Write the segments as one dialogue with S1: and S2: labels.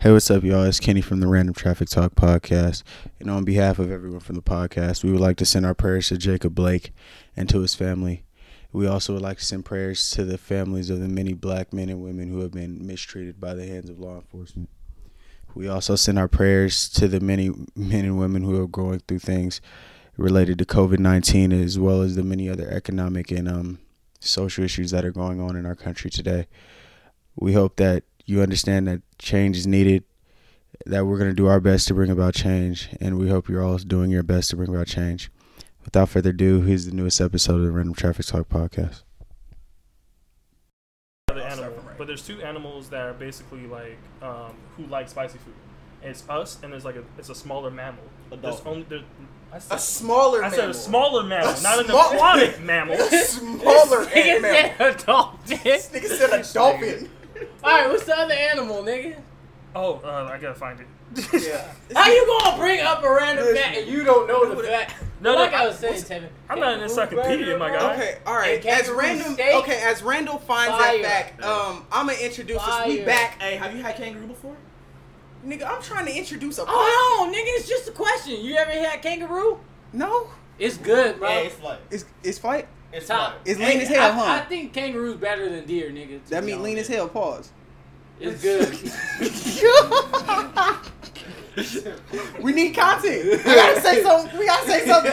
S1: Hey, what's up, y'all? It's Kenny from the Random Traffic Talk podcast. And on behalf of everyone from the podcast, we would like to send our prayers to Jacob Blake and to his family. We also would like to send prayers to the families of the many black men and women who have been mistreated by the hands of law enforcement. We also send our prayers to the many men and women who are going through things related to COVID 19, as well as the many other economic and um, social issues that are going on in our country today. We hope that you understand that change is needed, that we're going to do our best to bring about change, and we hope you're all doing your best to bring about change. Without further ado, here's the newest episode of the Random Traffic Talk podcast.
S2: other animal. But there's two animals that are basically like um, who like spicy food. It's us, and there's like a it's a smaller mammal.
S3: A
S2: there's
S3: dolphin.
S2: only there, I said,
S4: A smaller
S2: I
S4: mammal.
S2: said a smaller mammal,
S4: A
S2: not an
S4: small-
S2: aquatic mammal.
S4: smaller ant mammal.
S3: a dolphin.
S4: This nigga said a dolphin.
S3: Alright, what's the other animal, nigga?
S2: Oh, uh, I gotta find it.
S4: Yeah.
S3: How you gonna bring up a random
S4: Listen,
S3: fact and you don't know the fact?
S2: No,
S3: like
S2: no,
S3: I was saying, Tevin.
S2: I'm not an encyclopedia, my guy.
S4: Okay, all right.
S3: And can
S4: As
S3: you
S4: random,
S3: stay-
S4: okay, as Randall finds
S3: Fire.
S4: that back, um, I'm gonna introduce us. We
S3: Fire.
S4: back,
S5: Hey, have you had kangaroo before?
S4: nigga. I'm trying to introduce a.
S3: Hold on, nigga. It's just a question. You ever had kangaroo?
S4: No,
S3: It's good, bro.
S5: Yeah, it's like
S4: it's it's fight.
S5: it's
S3: Top.
S5: like
S4: It's lean
S3: Hey,
S4: as hell,
S3: I,
S4: huh?
S3: I think kangaroo's better than deer, nigga. to
S4: That
S3: be
S4: mean lean as
S3: honest.
S4: hell. Pause.
S3: It's good.
S4: we need content. I gotta say something. We gotta say something.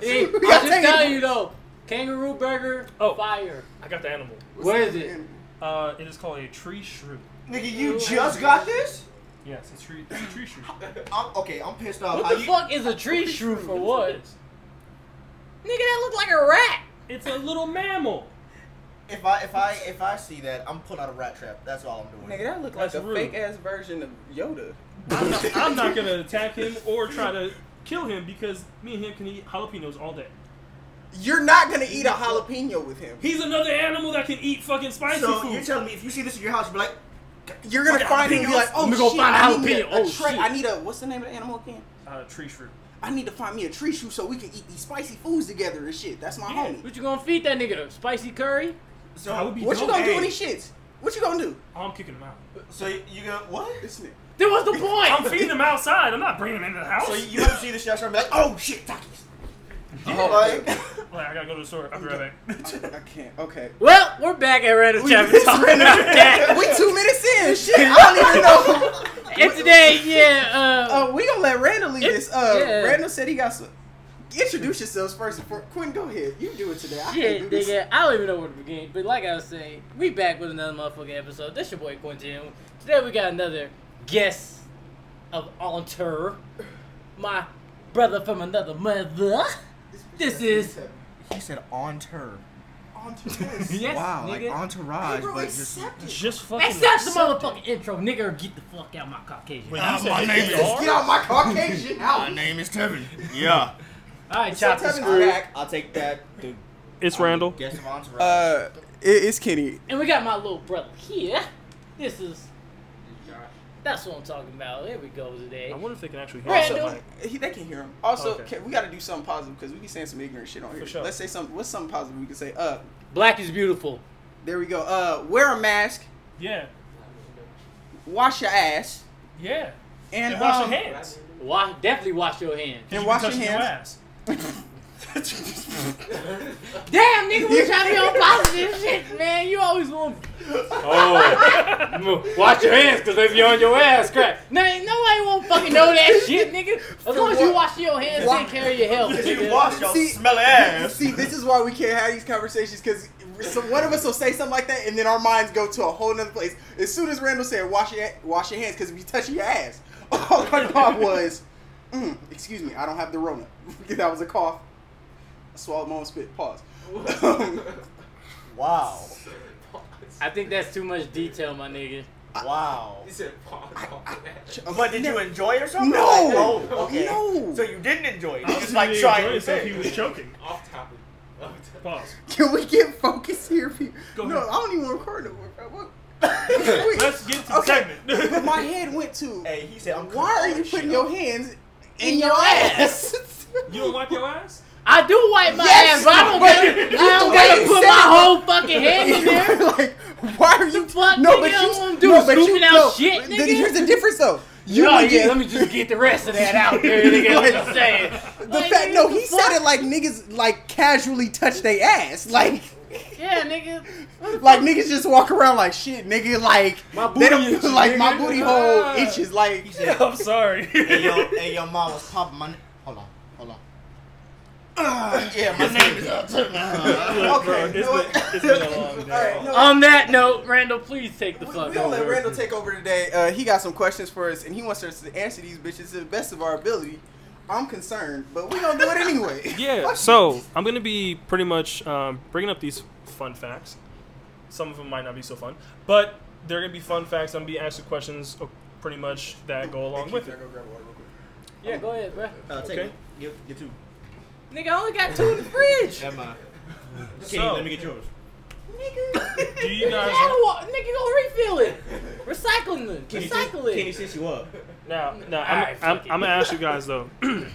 S3: Hey, I'm
S4: We gotta
S3: just
S4: take it.
S3: telling you though, kangaroo burger,
S2: Oh.
S3: fire.
S2: I got the animal.
S3: What is it?
S2: Uh, it is called a tree shrew.
S5: Nigga, you just got this?
S2: Yes, it's tree it's a tree shrew.
S5: I'm okay. I'm pissed
S4: Oh,
S5: off.
S3: What
S5: how
S3: the
S5: you-
S3: fuck is a tree shrew for what? Nigga,
S2: It's-
S3: that look like a rat.
S2: It's a little mammal.
S5: If I if I if I see that, I'm putting out a rat trap. That's all I'm doing.
S4: Nigga, that look like
S2: That's
S4: a
S2: rude.
S4: fake ass version of Yoda.
S2: I'm not, I'm not gonna attack him or try to kill him because me and him can eat jalapenos all day.
S4: You're not gonna eat a jalapeno with him.
S2: He's another animal that can eat fucking spicy
S5: So
S2: food.
S5: you're telling me if you see this in your house, you'd be like,
S4: You're gonna
S5: Fucking
S4: find him and be
S5: jalapenos.
S4: like, oh
S3: Let me
S4: shit,
S3: go find a
S4: I need
S3: jalapeno.
S4: a,
S3: Oh,
S4: a tra-
S3: shit.
S4: I need a what's the name of the animal again?
S2: uh, tree shrew.
S4: I need to find me a tree shoe so we can eat these spicy foods together and shit. That's my
S2: Yeah.
S4: homie.
S3: What you gonna feed that nigga? Spicy curry?
S5: so
S2: That would be
S4: What you
S2: dope.
S4: gonna do
S5: Hey.
S4: with these shits? What you gonna do?
S2: Oh, I'm kicking him out.
S5: So you, you go what?
S4: This nigga.
S3: Then what's the
S2: I'm
S3: point?
S2: feeding him outside. I'm not bringing him into the house.
S5: So you, you ever see this shit and be like, oh shit, Takis.
S4: Oh,
S5: Like,
S2: Like, I gotta go to the store. I'll be right back.
S4: I can't. Okay.
S3: well, we're back at Random
S4: We,
S3: Chapter Talk.
S4: it's- we two minutes in. Shit, I don't even know.
S3: and today, yeah, uh,
S4: Uh, we gonna let Randall lead
S3: It's-
S4: this. Uh,
S3: yeah.
S4: Randall said he got some. Introduce yourselves first. Before, Quinn, go ahead. You do it today. I
S3: yeah,
S4: can't do this.
S3: nigga, I don't even know where to begin. But like I was saying, we back with another motherfucking episode. This your boy Quentin. Today we got another guest of honor, my brother from another mother. This is
S5: he said on turn.
S4: on to this.
S3: yes, nigga.
S5: entourage,
S4: Bro, accept it.
S2: Just fucking.
S3: Accept the motherfucking intro, nigga, or get the fuck out my Caucasian.
S2: Wait,
S3: All
S2: you said
S5: my name
S2: they
S5: is-
S2: are?
S4: Get out my Caucasian house.
S5: name is Tevin. Yeah.
S3: right,
S4: So
S3: chop the
S4: Tevin's
S3: screw.
S4: back.
S5: I'll take that. Dude.
S2: It's Randall.
S5: Guess I'm entourage.
S4: Uh, it- it's Kenny.
S3: And we got my little brother here. This is. That's what I'm talking about. There we go today.
S2: I wonder if they can actually hear
S3: Randall.
S2: something.
S4: He, they can hear him. Also,
S2: Okay.
S4: can, we got to do something positive because we be saying some ignorant shit on here.
S2: sure.
S4: Let's say something. What's something positive we can say? Uh,
S3: Black is beautiful.
S4: there we go. Uh, wear a mask,
S2: Yeah.
S4: wash your ass,
S2: Yeah.
S4: and,
S2: And wash
S4: um,
S2: your hands.
S3: Wash, definitely wash your hands.
S4: And
S2: You
S4: wash
S2: can
S4: your
S2: touch
S4: hands.
S2: ass.
S3: Damn, nigga, we trying to be on positive shit, man. You always want. Oh. wash your hands, cause if you're on your ass, crap. No, nobody won't fucking know that shit, nigga. As long as you wash your hands, take care of your health.
S5: you
S3: nigga.
S5: wash your
S4: See-
S5: smelly ass.
S4: See, this is why we can't have these conversations because so one of us will say something like that, and then our minds go to a whole nother place. As soon as Randall said, "Wash your wash your hands," because if you touch your ass, all I thought was, mm, "Excuse me, I don't have the Rona." that was a cough. I swallowed my own spit. Pause. Um,
S5: Wow.
S3: I think that's too much detail, my nigga.
S5: Wow.
S4: but
S5: But did you enjoy it or something?
S4: No.
S5: Oh, okay.
S4: No.
S5: So you didn't enjoy it.
S2: I
S5: You
S2: was
S5: just like trying to
S2: say
S5: say.
S2: he was choking.
S6: Off topic. Off topic.
S2: Pause.
S4: Can we get focused here? people?
S2: Go
S4: no,
S2: ahead.
S4: I don't even want to record no more. bro. What- Wait.
S2: Let's get to the
S4: Okay.
S2: segment.
S4: but my head went to.
S5: Hey, he said, I'm
S4: Why are
S5: cooking
S4: you
S5: all
S4: putting
S5: shit
S4: your
S5: up."
S4: hands
S3: In
S4: in
S3: your
S4: your ass?
S2: You don't wipe your ass?
S3: I do wipe my
S4: Yes,
S3: ass, but I don't
S4: but
S3: gotta,
S4: you-
S3: I don't
S4: the way
S3: gotta
S4: you
S3: put
S4: said
S3: my
S4: it-
S3: whole fucking hand in there.
S4: like, Why are you?
S3: What,
S4: no,
S3: nigga?
S4: but
S3: That's
S4: you
S3: what I'm doing,
S4: no, but
S3: scooping
S4: you,
S3: out
S4: no.
S3: shit,
S4: Then
S3: nigga?
S4: Here's the difference, though. You
S3: oh,
S4: would
S3: yeah,
S4: get-
S3: let me just get the rest of that out there. Nigga, what I'm saying.
S4: the fact. No, he said it like niggas like casually touch their ass, like
S3: Yeah, nigga. What the
S4: like niggas just walk around like shit, nigga. Like
S2: My booty
S4: they don't
S2: itches,
S4: like my
S2: nigga.
S4: booty hole
S2: Ah.
S4: itches. Like
S5: He
S2: Yeah,
S5: said,
S2: I'm sorry.
S5: hey, yo, hey, your mom was popping my. N- hold on, hold on. yeah, my name is.
S2: Look, bro,
S4: okay,
S2: it's
S4: you know what?
S2: been- it's been a long day.
S4: Alright, no,
S3: On that note, Randall, please take the
S4: we,
S3: fuck
S4: we gonna let
S3: over.
S4: Randall take over today. Uh, he got some questions for us, and he wants us to answer these bitches to the best of our ability. I'm concerned, but we gonna do it anyway.
S2: Yeah.
S4: Fuck
S2: So
S4: you.
S2: I'm gonna be pretty much um, bringing up these fun facts. Some of them might not be so fun, but they're gonna be fun facts. I'm gonna be asking questions, uh, pretty much that go along with it.
S4: Go grab water real quick.
S3: Yeah, go ahead, bro.
S5: Uh, take
S2: Okay.
S5: it. Get, get two.
S3: Nigga, I only got two in the fridge.
S5: Never mind. Okay,
S2: So-
S5: let me get yours.
S3: nigga.
S2: Do you guys?
S3: Now what? Nigga, go refill it. Recycling it.
S5: Kenny,
S3: Recycle
S5: Kenny
S3: it.
S5: sits you up.
S2: Now, now
S3: All
S2: I'm,
S3: right, fuck
S2: I'm,
S3: it.
S2: I'm gonna ask you guys though. Do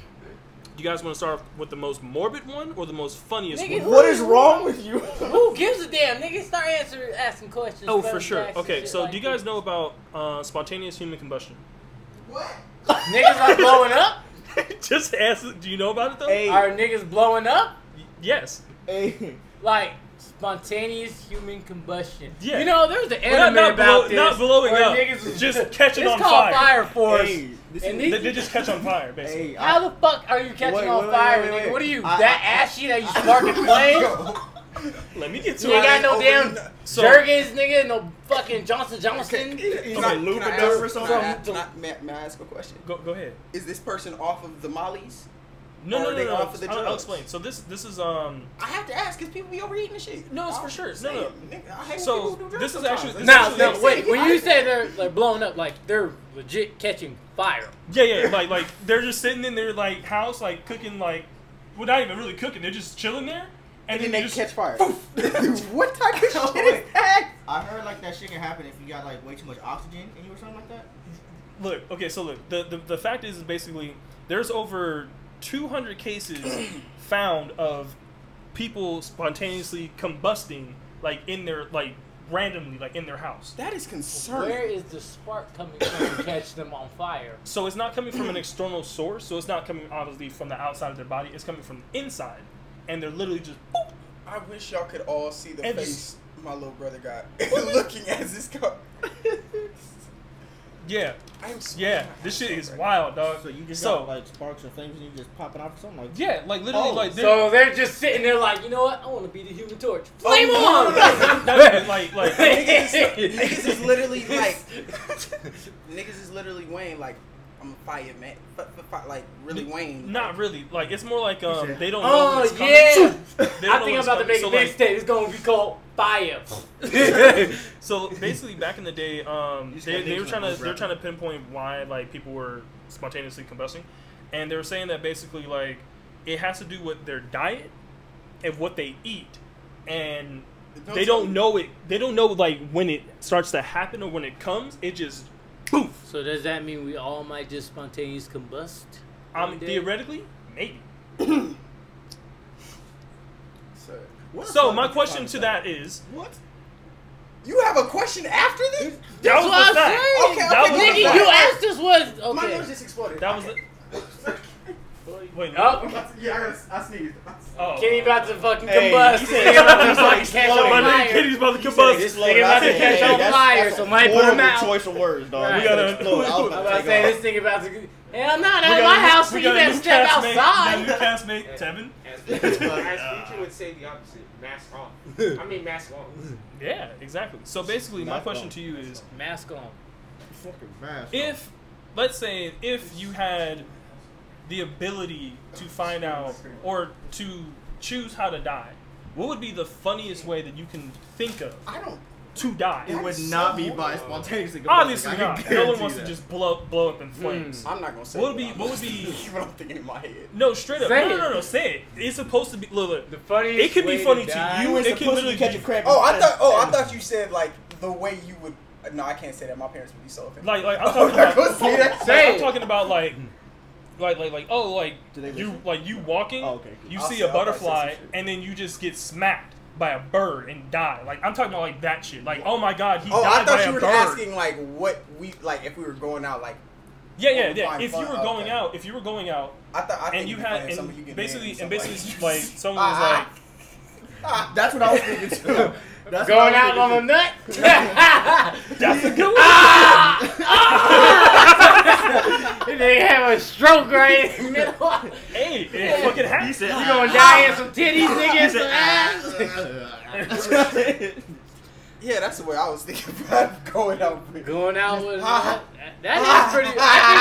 S2: you guys want to start with the most morbid one or the most funniest
S3: Nigga,
S2: one?
S3: What is wrong
S4: with you?
S3: Who gives a damn? Nigga, start answering, asking questions.
S2: Oh, for
S3: fun
S2: sure.
S3: facts and
S2: Okay,
S3: shit
S2: so
S3: like
S2: do you guys
S3: that.
S2: know about uh, spontaneous human combustion?
S4: What?
S3: Niggas are blowing up?
S2: Just ask. Do you know about it though?
S5: Hey.
S3: Are niggas blowing up?
S2: Yes.
S5: Hey.
S3: Like spontaneous human combustion.
S2: Yeah.
S3: You know, there was an
S2: Well,
S3: anime
S2: not, not,
S3: about
S2: blow-
S3: this.
S2: not blowing
S3: where
S2: up,
S3: Niggas was
S2: just catching
S3: it's
S2: on fire.
S3: called Fire Force.
S5: Hey, this
S3: and
S5: is-
S2: They,
S3: these,
S2: they just catch on fire, basically.
S5: Hey,
S3: how
S5: I-
S3: the fuck are you catching
S5: Wait,
S3: on
S5: wait, wait,
S3: fire,
S5: wait,
S3: nigga?
S5: wait.
S3: What are you,
S5: I-
S3: that
S5: I-
S3: ashy that you sparking flames?
S2: Let me get to
S3: You ain't
S2: it.
S3: got no
S4: Oh,
S3: damn
S4: no.
S2: So-
S3: Jergens, nigga, no fucking Johnson Johnson.
S4: He's
S2: Okay,
S4: not
S2: Lou
S4: can I
S2: Bedell
S4: ask-
S2: or
S4: can I
S2: something?
S4: ask- can I- May may I ask a question?
S2: Go, go ahead.
S4: Is this person off of the mollies?
S2: No,
S4: Or
S2: no, no,
S4: are Oh, they
S2: no.
S4: off of the
S2: I'll, I'll
S4: drugs?
S2: explain. So this, this is um.
S4: I have to ask because people be overeating and shit.
S2: No, it's
S4: I'm
S2: for sure.
S4: just
S2: No, no.
S4: saying, nigga, I hate
S2: So,
S4: people who do drugs
S2: this is
S4: sometimes.
S2: actually- this
S3: Now,
S2: is
S3: now,
S2: actually-
S3: wait. When you say they're like blowing up, like they're legit catching fire.
S2: Yeah, yeah. Like, like they're just sitting in their like house, like cooking, like, well, not even really cooking. They're just chilling there, and,
S4: and then
S2: then
S4: they
S2: just
S4: catch fire. what type of shit
S5: Oh,
S4: is
S5: wait.
S4: that?
S5: I heard like that shit can happen if you got like way too much oxygen in you or something like that.
S2: Look, okay, so look, the, the, the fact is, is basically there's over 200 cases found of people spontaneously combusting, like in their, like randomly, like in their house.
S4: That is
S3: Where
S4: concerning.
S3: is the spark coming from to catch them on fire?
S2: So it's not coming from an external source, so it's not coming obviously from the outside of their body, it's coming from the inside. And they're literally just, boop.
S4: I wish y'all could all see the
S2: And
S4: face
S2: just-
S4: my little brother got looking at this car.
S2: yeah,
S4: I'm so
S2: yeah, this shit is wild, dog.
S5: Uh, So you just
S2: So-
S5: got like sparks or flames and you just popping off or something like.
S2: yeah, like literally,
S5: Oh,
S2: like, they're,
S3: So they're just sitting there like, you know what? I want to be the human torch. Flame
S4: Oh,
S3: on!
S2: not even, like,
S3: Oh,
S2: like,
S4: Niggas is, niggas is literally like, niggas is literally Wayne like, I'm a fireman, but, like really Wayne.
S2: not really, like, it's more like, um, they don't know. when
S3: Oh
S2: it's coming.
S3: yeah!
S2: They don't
S3: I
S2: know
S3: think
S2: when
S3: I'm
S2: it's
S3: about to
S2: coming,
S3: make
S2: so,
S3: a
S2: like,
S3: mixtape. It's gonna be called Fire.
S2: so basically, back in the day, um,
S5: These
S2: they, they
S5: guys think
S2: were
S5: like
S2: trying
S5: most
S2: to they're
S5: rappers.
S2: trying to pinpoint why like people were spontaneously combusting, and they were saying that basically like it has to do with their diet and what they eat, and they don't know it. They don't know like when it starts to happen or when it comes. It just poof.
S3: So does that mean we all might just spontaneous combust?
S2: Um,
S3: One day?
S2: theoretically, maybe.
S4: Sir.
S5: What the
S2: So
S5: fuck
S2: my
S5: are you
S2: question
S5: talking
S2: to
S5: about?
S2: that is,
S5: What?
S4: You have a question after this?
S2: that was the fact.
S4: saying. Okay,
S2: That was the
S3: Nigga,
S2: fact.
S3: you asked us was
S4: My
S3: okay.
S4: nose just exploded.
S2: That was the. Wait.
S3: Oh,
S4: yeah, I, I sneezed.
S2: Oh.
S3: Kenny about to fucking
S5: Hey,
S3: combust.
S5: he
S3: This
S5: said
S3: nigga about to
S5: he's
S3: fucking
S5: like,
S3: catch
S5: slow
S3: on
S2: My name
S3: fire.
S2: Kitty's about to combust.
S3: This nigga about to
S5: Hey,
S3: catch on
S5: that's-
S3: fire.
S5: that's a
S3: Somebody put him
S5: horrible
S3: out.
S5: choice of words, dog.
S3: Right.
S5: We gotta explode. I was
S3: I'm
S5: about
S3: about
S5: to
S3: to say
S5: take
S3: this
S5: off.
S3: thing about to. Hell no, not
S2: We
S3: at
S2: got a
S3: my
S2: new-
S3: house. So
S2: we
S3: you
S2: got a
S3: better
S2: new
S3: step
S2: castmate-
S3: outside.
S2: got a new castmate, Tevin.
S6: As Future would say the opposite. Mask off. I mean, mask on.
S2: Yeah, exactly. So basically, my
S5: Not
S2: question
S5: wrong.
S2: to you is,
S3: Mask on.
S5: Fucking mask.
S2: if, let's say, if you had the ability to find out or to choose how to die, what would be the funniest way that you can think of
S4: I don't.
S2: to die?
S5: it would not be by spontaneously.
S2: Obviously
S5: combusting, I
S2: not. No one
S5: can guarantee
S2: wants to
S5: that.
S2: just blow blow up in
S3: Mm.
S2: flames.
S4: I'm not gonna say.
S2: What would be-
S4: I'm-
S2: what would be-
S4: What I'm thinking in my head.
S2: No, straight up.
S3: Say
S2: No, no,
S3: it.
S2: no, no. Say it. It's supposed to be. Look, look.
S3: The funniest.
S2: It could be
S3: way
S2: funny to
S3: die-
S2: you.
S5: You were
S2: It could
S5: supposed
S2: literally
S5: to catch a
S2: be-
S5: crab.
S4: Oh, I thought. Oh, I thought you said like the way you would. No, I can't say that. My parents would be so offended.
S2: Like, like I'm
S4: Oh,
S2: talking
S4: there
S2: about.
S4: goes say that.
S2: Like,
S3: Say
S2: I'm
S3: it.
S2: talking about like, like, like, like, oh, like
S5: Do they
S2: you,
S5: listen?
S2: like you walking,
S5: Oh, okay, cool.
S2: you
S4: I'll
S2: see
S4: say-
S2: a
S4: I'll probably say some
S2: butterfly,
S4: shit.
S2: and then you just get smacked. by a bird and die. Like I'm talking about like that shit. Like oh my god, he
S4: Oh,
S2: died
S4: I thought
S2: by
S4: you
S2: a
S4: were
S2: bird.
S4: asking like what we like if we were going out. Like
S2: yeah, yeah,
S4: Oh,
S2: yeah.
S4: fine,
S2: If you
S4: fine,
S2: were going
S4: okay.
S2: out, if you were going out,
S4: I thought, I think
S2: and you
S4: we
S2: had
S4: playing something Ah,
S2: and
S4: get
S2: basically
S4: mad
S2: and
S4: somebody-
S2: basically like someone was
S4: Ah,
S2: like.
S4: ah.
S5: That's what I was thinking too. That's
S6: Going
S5: what I was
S6: out on a
S5: thinking
S6: nut?
S2: That's a good one.
S6: Ah! they have a stroke right in the middle.
S2: Hey, it fucking
S7: He
S2: happened.
S7: said, "Ah!"
S6: You gonna die in some titties, nigga?
S7: He
S6: and some
S7: said,
S6: ass?
S4: yeah, that's the way I was thinking about going out.
S3: Going out with that, that is pretty. I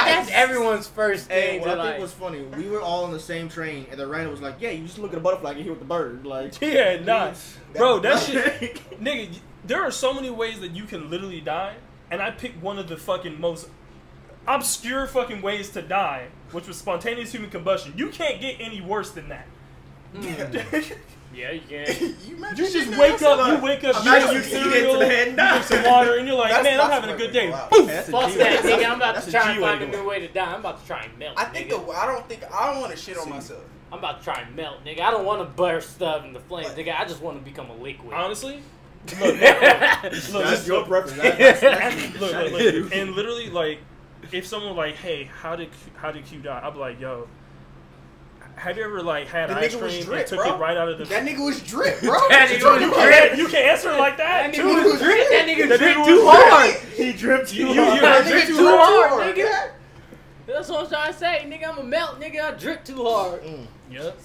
S3: think that's everyone's first
S5: Hey,
S3: thing
S5: what
S3: to
S5: I think
S3: like.
S5: was funny, we were all on the same train, and the random was like, "Yeah, you just look at a butterfly and hit with the bird." Like,
S2: Yeah, nah, bro, that shit, nigga. y- There are so many ways that you can literally die, and I picked one of the fucking most obscure fucking ways to die, which was spontaneous human combustion. You can't get any worse than that.
S6: Yeah, you can.
S4: you imagine
S2: You just
S4: shit,
S2: wake
S4: man,
S2: up, you wake up, you
S5: Imagine
S2: have
S5: you
S2: some
S5: eat into
S2: cereal,
S5: the
S2: you
S5: head and die.
S2: have some water, and you're like,
S4: That's-
S2: man, I'm
S4: that's
S2: having a
S4: the
S2: good
S4: way to
S2: day.
S4: go out.
S5: That's a
S3: Fuck
S5: G-
S3: that, nigga. I'm about
S5: that's
S3: to
S5: a
S3: try and
S5: G-way
S3: find a
S5: doing it.
S3: new way to die. I'm about to try and melt.
S4: I think
S3: nigga.
S4: the I don't think I don't want to shit on myself.
S3: I'm about to try and melt, nigga. I don't want to burst stuff in the flames, nigga. I just want to become a liquid.
S2: Honestly, look, look, look,
S5: That's
S2: just
S5: your
S2: look,
S5: preference. That- that's-
S2: look, look, look, and literally like if someone like hey how did Q, how did Q die I'd be like yo have you ever like had
S4: The
S2: ice
S4: nigga was
S2: cream
S4: drip,
S2: and took
S4: bro.
S2: it right out of the
S4: That nigga was drip, bro.
S3: That nigga was
S2: you,
S3: drip.
S2: can't, you can't answer it like that
S3: that nigga
S4: was
S3: was drip. That nigga
S2: That
S3: drip
S2: nigga
S3: too
S2: was drip.
S3: hard.
S5: he dripped you.
S2: You-
S5: hard.
S2: you-
S3: That
S4: That
S3: nigga
S4: nigga
S3: too hard,
S4: hard,
S3: nigga. That's what I'm trying to say, nigga. I'm a melt, nigga. I drip too hard.
S2: yep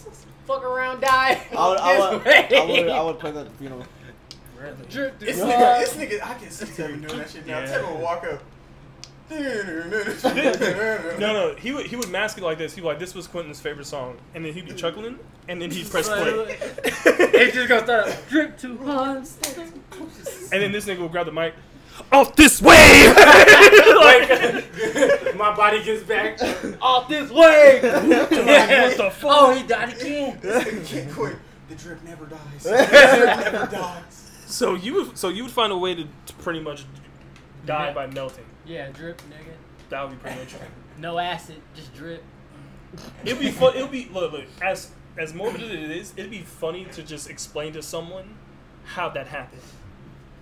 S3: Fuck around, die.
S5: Mm. I would, I would, I would, I
S3: This way.
S5: would play that at the funeral.
S3: Drip too
S4: This nigga,
S3: hard.
S4: this nigga, I can see Tevin doing that shit now.
S2: Yeah.
S4: Tevin will walk up.
S2: no no he would he would mask it like this he'd be like this was Quentin's favorite song and then he'd be chuckling and then he'd press play
S3: It's just gonna start drip too hard.
S2: and then this nigga would grab the mic off this way like
S6: My body gets back.
S3: Off this way.
S2: what the fuck
S3: Oh, he died again.
S4: This nigga can't quit. The drip never dies. The drip never dies.
S2: so you would so you would find a way to, to pretty much die by melting
S3: Yeah, drip, nigga.
S2: that would be pretty much it.
S3: No acid, just drip.
S2: It'd be fun. It'd be look, look as as morbid as it is. It'd be funny to just explain to someone how that happened.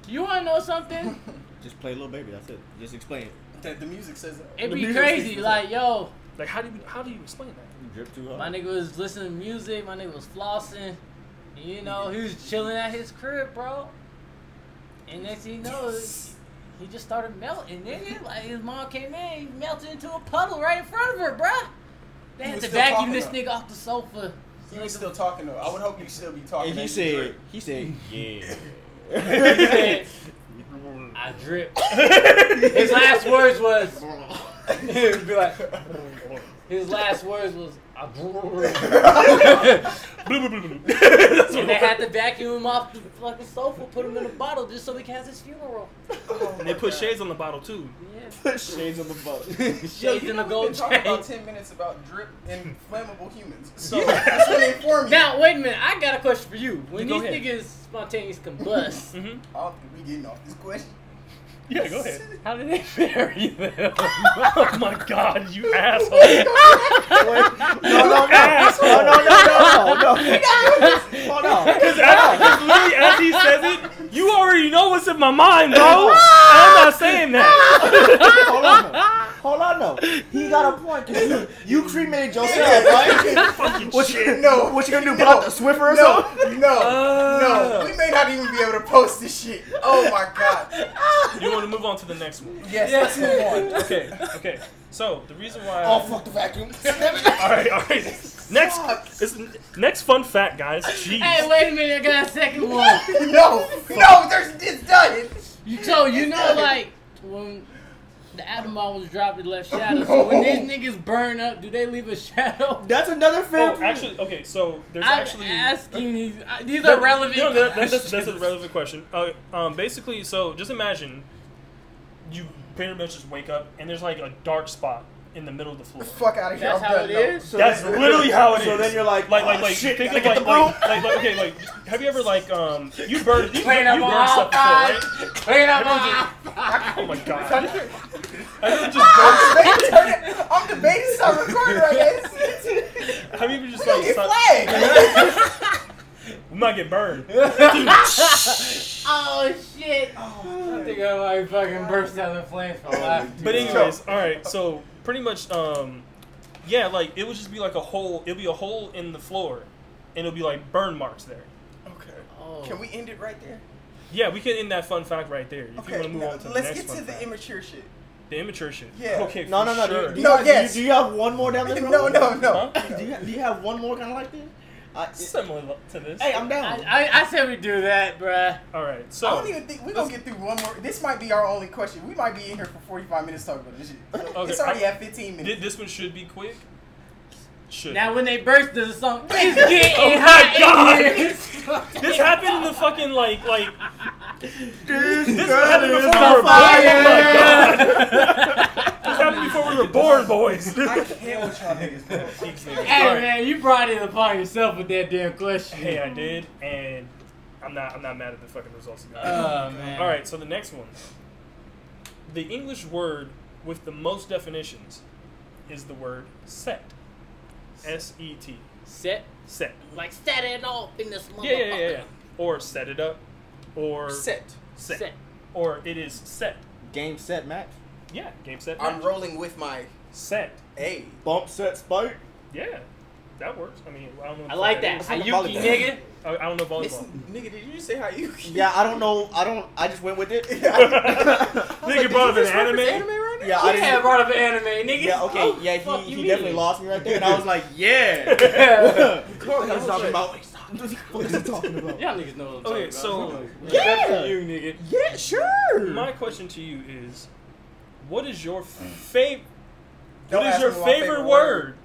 S3: You wanna know something?
S5: Just play little baby. That's it. Just explain it.
S4: The, the music says that.
S3: It'd
S2: The
S3: be
S2: music
S3: crazy.
S2: was-
S3: Like, yo,
S2: Like how do you how do you explain that?
S5: You dripped too
S3: my nigga was listening to music. My nigga was flossing. and, You know, he was chilling at his crib, bro. And next thing you know, he just started melting, nigga. Like his mom came in, he melted into a puddle right in front of her, bro. They
S4: He
S3: had
S4: was
S3: to
S4: still
S3: vacuum
S4: talking
S3: this
S4: though.
S3: nigga off the sofa.
S4: You was still talking though. I would hope you still be talking.
S5: And he
S4: as you
S5: said,
S4: drip.
S5: he said, yeah.
S3: He said, I drip. His last words was, he would be like, his last words was, I drip.
S2: Blue, blue, blue, blue. That's what
S3: And they had to vacuum him off the fucking sofa, put him in a bottle just so we can have his funeral.
S2: and they put shades on the bottle too.
S3: Yeah.
S5: Shades on the boat.
S4: Yo,
S3: Shades
S4: you
S3: in
S4: know
S3: the
S4: we've
S3: gold
S4: been talking
S3: chain.
S4: about ten minutes about drip and flammable humans. So I just want to inform you.
S3: Now, wait a minute. I got a question for you. When
S2: Go
S3: these
S2: ahead.
S3: niggas spontaneous
S2: Mm-hmm.
S3: combust,
S4: I don't think Oh, we getting off this question.
S2: Yeah, go ahead.
S3: how do they bury them?
S2: oh my god, you asshole!
S5: No, no, no.
S2: Asshole.
S5: No, no, no, no, no. Hold on.
S2: Because literally as he says it, you already know what's in my mind, bro. And I'm not saying that.
S5: Hold on. Hold on, though. He got a point. 'cause you, you cremated yourself, right? What you,
S4: No.
S5: what you gonna do? Put out the Swiffer or
S4: No,
S5: something?
S4: no,
S2: Uh.
S4: no. We may not even be able to post this shit. Oh my god.
S2: You want to move on to the next one?
S4: Yes, let's move on.
S2: Okay, okay. So the reason why.
S5: Oh, fuck the vacuum.
S2: all right, all right. Next, this, next fun fact, guys. Jeez.
S3: hey, wait a minute. I got a second one.
S4: No, no, there's it's done.
S3: You so you know like when the atom bomb was dropped, it left shadows. So when these niggas burn up, do they leave a shadow?
S5: That's another
S2: Oh,
S5: film.
S2: actually, okay. So there's
S3: I'm
S2: actually
S3: asking these. I- These
S2: No,
S3: are relevant.
S2: No, that, that's, that's, that's a relevant question. Uh, um, basically, so just imagine you pretty much just wake up and there's like a dark spot in the middle of the floor.
S4: Fuck out of here.
S3: That's
S4: I'm
S3: how
S4: done.
S3: it
S4: No.
S3: is?
S5: So
S2: That's
S5: then-
S2: literally how it is.
S5: so then you're like,
S2: like, like,
S5: "Oh,
S2: like,
S5: shit,
S2: think
S5: gotta
S2: of like,
S5: get the
S2: like, like, like, okay, like, have you ever like, um, you burned, you,
S3: Clean
S2: burned-
S3: up
S2: you
S3: on
S2: burned stuff before,
S3: outside.
S2: right?
S3: Clean up
S2: Everyone
S3: on
S2: just- oh my god! Have you ever just burned
S4: I'm
S5: Ah,
S4: debating some recording right now. It's- it's-
S2: Have you ever just
S4: Don't
S2: like
S4: get
S2: stop-
S4: flagged.
S2: I'm not might get burned.
S3: oh shit! I think I might fucking burst out of flames from
S2: Oh,
S3: laughter.
S2: But anyways, all right. So pretty much, um, yeah, like it would just be like a hole. It'll be a hole in the floor, and it'll be like burn marks there.
S4: Okay.
S3: Oh.
S4: Can we end it right there?
S2: Yeah, we can end that fun fact right there. If you
S4: Okay.
S2: want to move
S4: no,
S2: on to the
S4: let's
S2: next
S4: get to
S2: fun
S4: the
S2: fact.
S4: immature shit.
S2: the immature shit.
S4: Yeah.
S2: Okay.
S5: No,
S2: for
S5: no,
S2: Sure.
S5: no. Do, you, do, you,
S4: No,
S5: do
S4: yes.
S5: you, do you have one more down there?
S4: No, no, no.
S2: Huh?
S5: Do you, do you have one more kind of like this? I,
S2: Similar to this.
S5: hey, I'm
S3: I,
S5: down.
S3: I, I said we do that, bruh.
S2: all right. So.
S4: I don't even think we're gonna get through one more. This might be our only question. We might be in here for 45 minutes talking about this shit. So
S2: Okay,
S4: It's already
S2: I-
S4: at 15
S2: Thi-
S4: minutes.
S2: This one should be quick. Should.
S3: Now when they burst the song, it's getting
S2: Oh my
S3: hot
S2: God.
S3: in here.
S2: this happened in the fucking like like. This
S5: That
S2: happened
S5: is
S2: before we were born.
S3: fire.
S2: Oh my God. this happened before we were born, boys.
S4: I can't with y'all niggas, bro.
S3: Hey
S2: All right.
S3: man, you brought it upon yourself with that damn question.
S2: Hey, I did, and I'm not. I'm not mad at the fucking results. you guys.
S3: Oh man.
S2: uh, All right, so the next one. The English word with the most definitions is the word set. S E T.
S3: Set
S2: Set.
S3: like set it off in this motherfucker.
S2: Yeah, yeah, yeah, yeah. Or set it up, or
S4: Set.
S2: set,
S3: Set.
S2: or it is set.
S5: Game set match.
S2: Yeah, game set.
S4: I'm
S2: match.
S4: rolling with my
S2: set.
S4: A.
S5: Bump set spike.
S2: Yeah, that works. I mean, I don't know.
S3: I like that.
S2: Is. I,
S3: Hayuki nigga.
S2: I don't know
S4: This
S2: volleyball.
S4: nigga, did you say how you?
S5: Yeah, I don't know. I don't. I just went with it.
S2: Nigga brought up an anime.
S4: right now?
S5: Yeah, I
S3: I
S5: didn't.
S3: had brought up an anime, nigga.
S5: yeah, okay.
S3: Oh,
S5: yeah,
S3: fuck
S5: he,
S3: you
S5: he definitely
S3: mean?
S5: lost me right there, and I was like, yeah.
S3: Yeah.
S5: What the fuck is he talking about? What is he talking about?
S3: Y'all niggas know what I'm
S2: Okay, Oh,
S3: talking
S2: so
S3: about. Except for
S5: Yeah.
S3: you, nigga.
S5: Yeah, sure.
S2: my question to you is, what is your favorite?
S4: Don't
S2: What is
S4: ask
S2: your
S4: me my
S2: favorite,
S4: favorite
S2: word,
S4: word.